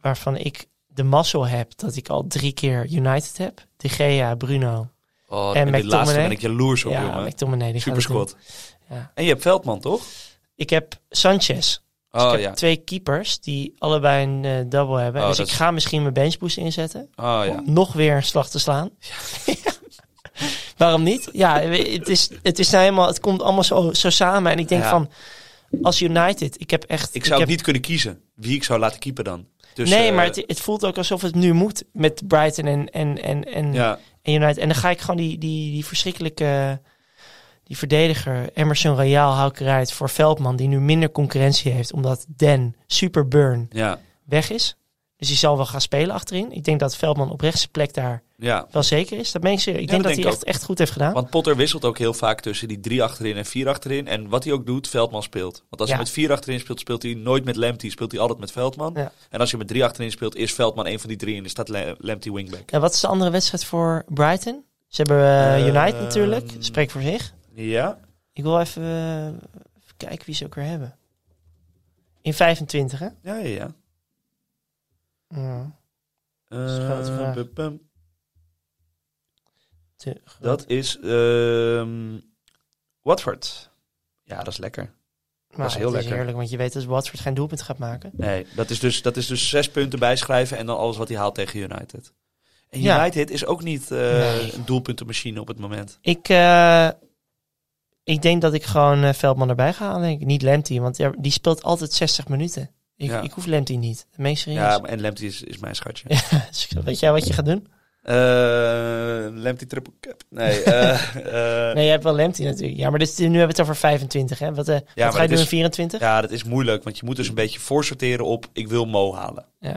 Speaker 3: Waarvan ik de mazzel heb dat ik al drie keer United heb. De Gea, Bruno.
Speaker 2: Oh,
Speaker 3: En
Speaker 2: en dit
Speaker 3: McTominay?
Speaker 2: laatste ben ik jaloers op,
Speaker 3: ja,
Speaker 2: jongen.
Speaker 3: McTominay. die gaat
Speaker 2: Super
Speaker 3: het doen.
Speaker 2: squad.
Speaker 3: Ja.
Speaker 2: En je hebt Veldman, toch?
Speaker 3: Ik heb Sanchez.
Speaker 2: Oh
Speaker 3: Dus ik heb
Speaker 2: ja.
Speaker 3: twee keepers die allebei een eh, double hebben.
Speaker 2: Oh,
Speaker 3: dus
Speaker 2: dat
Speaker 3: ik
Speaker 2: is-
Speaker 3: ga misschien mijn benchboost inzetten.
Speaker 2: Oh ja.
Speaker 3: Om nog weer een slag te slaan. Waarom niet? Ja, we- het, is, het, is nou helemaal, het komt allemaal zo, zo samen. En ik denk
Speaker 2: Ja.
Speaker 3: van, als United, ik heb echt...
Speaker 2: Ik zou
Speaker 3: heb-
Speaker 2: het niet kunnen kiezen wie ik zou laten keeper dan. Dus,
Speaker 3: nee,
Speaker 2: eh,
Speaker 3: maar het, het voelt ook alsof het nu moet met Brighton en, en, en, en,
Speaker 2: Ja,
Speaker 3: en United. En dan ga ik gewoon die, die, die verschrikkelijke... Die verdediger Emerson Royal hou ik eruit voor Veldman, die nu minder concurrentie heeft, omdat Den, Super Burn
Speaker 2: ja,
Speaker 3: weg is. Dus die zal wel gaan spelen achterin. Ik denk dat Veldman op rechts zijn plek daar
Speaker 2: ja.
Speaker 3: wel zeker is. Dat meen ik serieus.
Speaker 2: Ja,
Speaker 3: Ik denk dat,
Speaker 2: dat denk ik
Speaker 3: hij echt, echt goed heeft gedaan.
Speaker 2: Want Potter wisselt ook heel vaak tussen die drie achterin en vier achterin. En wat hij ook doet, Veldman speelt. Want als
Speaker 3: Ja.
Speaker 2: hij met vier achterin speelt, speelt hij nooit met Lemty. Speelt hij altijd met Veldman.
Speaker 3: Ja.
Speaker 2: En als je met drie achterin speelt, is Veldman een van die drie. En dan staat Le- Lemty wingback.
Speaker 3: Ja, wat is de andere wedstrijd voor Brighton? Ze hebben eh, United
Speaker 2: Ehm,
Speaker 3: natuurlijk. Spreek voor zich.
Speaker 2: Ja.
Speaker 3: Ik wil even, eh, even kijken wie ze ook weer hebben. In 25, hè?
Speaker 2: Ja, ja, ja.
Speaker 3: Ja.
Speaker 2: Eh,
Speaker 3: is een grote vraag.
Speaker 2: pum, pum.
Speaker 3: Te-
Speaker 2: dat is ehm, Watford. Ja, dat is lekker.
Speaker 3: Maar
Speaker 2: is heel
Speaker 3: het
Speaker 2: lekker.
Speaker 3: is heerlijk, want je weet dat Watford geen doelpunt gaat maken.
Speaker 2: Nee, dat is, dus, dat is dus zes punten bijschrijven en dan alles wat hij haalt tegen United. En
Speaker 3: Ja.
Speaker 2: United is ook niet eh,
Speaker 3: Nee.
Speaker 2: een doelpuntenmachine op het moment.
Speaker 3: Ik, eh, ik denk dat ik gewoon eh, Veldman erbij ga halen, denk ik. Niet Lemty, want er- die speelt altijd 60 minuten. Ik,
Speaker 2: Ja.
Speaker 3: ik hoef Lemty niet. Dat meen ik serieus.
Speaker 2: Ja, en Lemty is, is mijn schatje.
Speaker 3: Dus ik zeg, weet jij wat je gaat doen?
Speaker 2: Eh, Lemty triple cup. Nee, eh, eh,
Speaker 3: Nee, jij hebt wel Lemty natuurlijk. Ja, maar dit, nu hebben we het over 25, hè? Wat, eh, wat ga
Speaker 2: maar
Speaker 3: je
Speaker 2: het
Speaker 3: doen in
Speaker 2: is-
Speaker 3: 24?
Speaker 2: ja, dat is moeilijk, want je moet dus een beetje voorsorteren op ik wil Mo halen.
Speaker 3: Ja.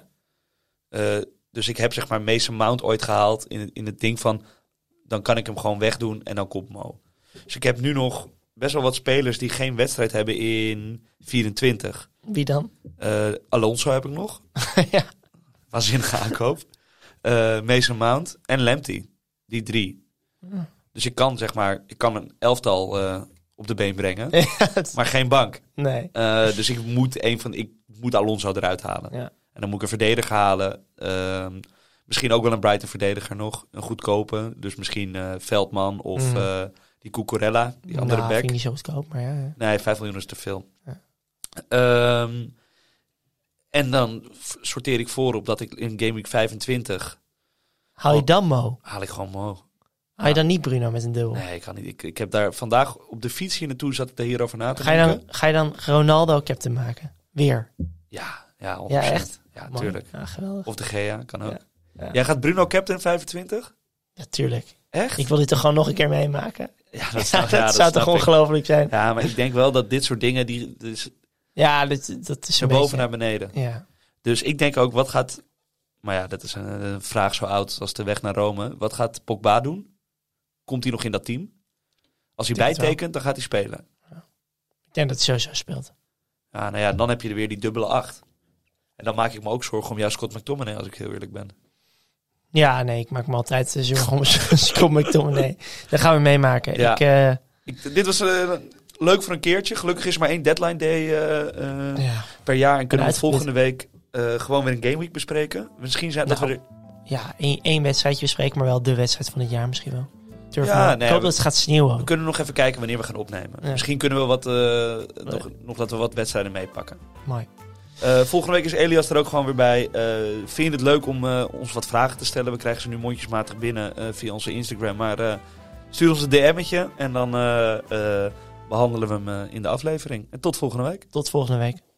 Speaker 2: Eh, dus ik heb zeg maar Mason Mount ooit gehaald in, het- in het ding van dan kan ik hem gewoon wegdoen en dan komt Mo. Dus ik heb nu nog best wel wat spelers die geen wedstrijd hebben in 24.
Speaker 3: Wie dan?
Speaker 2: Eh, Alonso heb ik nog.
Speaker 3: ja.
Speaker 2: Waanzinnige aankoop. Eh Mason Mount en Lemty. Die drie.
Speaker 3: Ja.
Speaker 2: Dus ik kan zeg maar, ik kan een elftal eh, op de been brengen.
Speaker 3: Ja, het-
Speaker 2: Maar geen bank.
Speaker 3: nee.
Speaker 2: Eh, dus ik moet een van, ik moet Alonso eruit halen.
Speaker 3: Ja.
Speaker 2: En dan moet ik een verdediger halen. Ehm, misschien ook wel een Brighton verdediger nog. Een goedkope. Dus misschien eh, Veldman of
Speaker 3: Mm.
Speaker 2: eh, die Cucurella. Die andere
Speaker 3: nou,
Speaker 2: back.
Speaker 3: vind ik niet zo goedkoop, maar ja, ja.
Speaker 2: Nee, 5 miljoen is te veel.
Speaker 3: Ja.
Speaker 2: Ehm, en dan f- sorteer ik voor op dat ik in Game Week 25
Speaker 3: Haal je
Speaker 2: Oh.
Speaker 3: dan Mo?
Speaker 2: haal ik gewoon Mo.
Speaker 3: Haal je dan niet Bruno met een dubbel?
Speaker 2: Nee, ik kan niet. Ik, ik heb daar vandaag op de fiets hier naartoe zat ik er hierover na te
Speaker 3: Ga, je
Speaker 2: denken.
Speaker 3: dan, ga je dan Ronaldo captain maken? Weer?
Speaker 2: Ja, ja, 100%.
Speaker 3: Ja, echt?
Speaker 2: Ja,
Speaker 3: Mooi.
Speaker 2: tuurlijk.
Speaker 3: Ja, geweldig.
Speaker 2: Of de Gea, kan ook.
Speaker 3: Ja. Ja.
Speaker 2: Jij gaat Bruno Captain 25?
Speaker 3: Ja, tuurlijk.
Speaker 2: Echt?
Speaker 3: Ik wil dit toch gewoon nog een keer meemaken?
Speaker 2: Ja,
Speaker 3: Dat,
Speaker 2: snap- ja, dat
Speaker 3: zou
Speaker 2: snap
Speaker 3: toch
Speaker 2: ik.
Speaker 3: ongelooflijk zijn? Ja,
Speaker 2: Ja, maar ik denk wel dat dit soort dingen, die dus
Speaker 3: dat, dat is
Speaker 2: van
Speaker 3: een
Speaker 2: boven
Speaker 3: beetje...
Speaker 2: naar beneden.
Speaker 3: Ja.
Speaker 2: Dus ik denk ook, wat gaat... Maar ja, dat is een, een vraag zo oud als de weg naar Rome. Wat gaat Pogba doen? Komt hij nog in dat team? Als hij
Speaker 3: Ik denk het
Speaker 2: bijtekent, dan gaat hij spelen.
Speaker 3: Ik denk dat het sowieso speelt.
Speaker 2: Ja, nou ja, dan heb je er weer die dubbele acht. En dan maak ik me ook zorgen om juist Scott McTominay, als ik heel eerlijk ben.
Speaker 3: Ja, nee, ik maak me altijd eh, zorgen om Scott McTominay. Dat gaan we meemaken.
Speaker 2: Ja.
Speaker 3: Ik, eh,
Speaker 2: Ik, dit was eh, leuk voor een keertje. Gelukkig is er maar één deadline day eh, eh,
Speaker 3: ja.
Speaker 2: per jaar. En kunnen we
Speaker 3: uitgeput.
Speaker 2: volgende week eh, gewoon weer een game week bespreken. Misschien zijn dat
Speaker 3: Nou,
Speaker 2: we er...
Speaker 3: ja, één, één wedstrijdje bespreken, maar wel de wedstrijd van het jaar misschien wel. Durf
Speaker 2: Ja,
Speaker 3: maar.
Speaker 2: nee,
Speaker 3: ik hoop
Speaker 2: we-
Speaker 3: dat het gaat sneeuwen.
Speaker 2: We
Speaker 3: ook.
Speaker 2: kunnen nog even kijken wanneer we gaan opnemen.
Speaker 3: Ja.
Speaker 2: Misschien kunnen we wat, eh, nog, nog dat we wat wedstrijden meepakken.
Speaker 3: Mooi.
Speaker 2: Eh, volgende week is Elias er ook gewoon weer bij. Eh, vind je het leuk om eh, ons wat vragen te stellen? We krijgen ze nu mondjesmatig binnen eh, via onze Instagram. Maar eh, stuur ons een DM'tje en dan eh, eh, behandelen we hem eh, in de aflevering. En tot volgende week.
Speaker 3: Tot volgende week.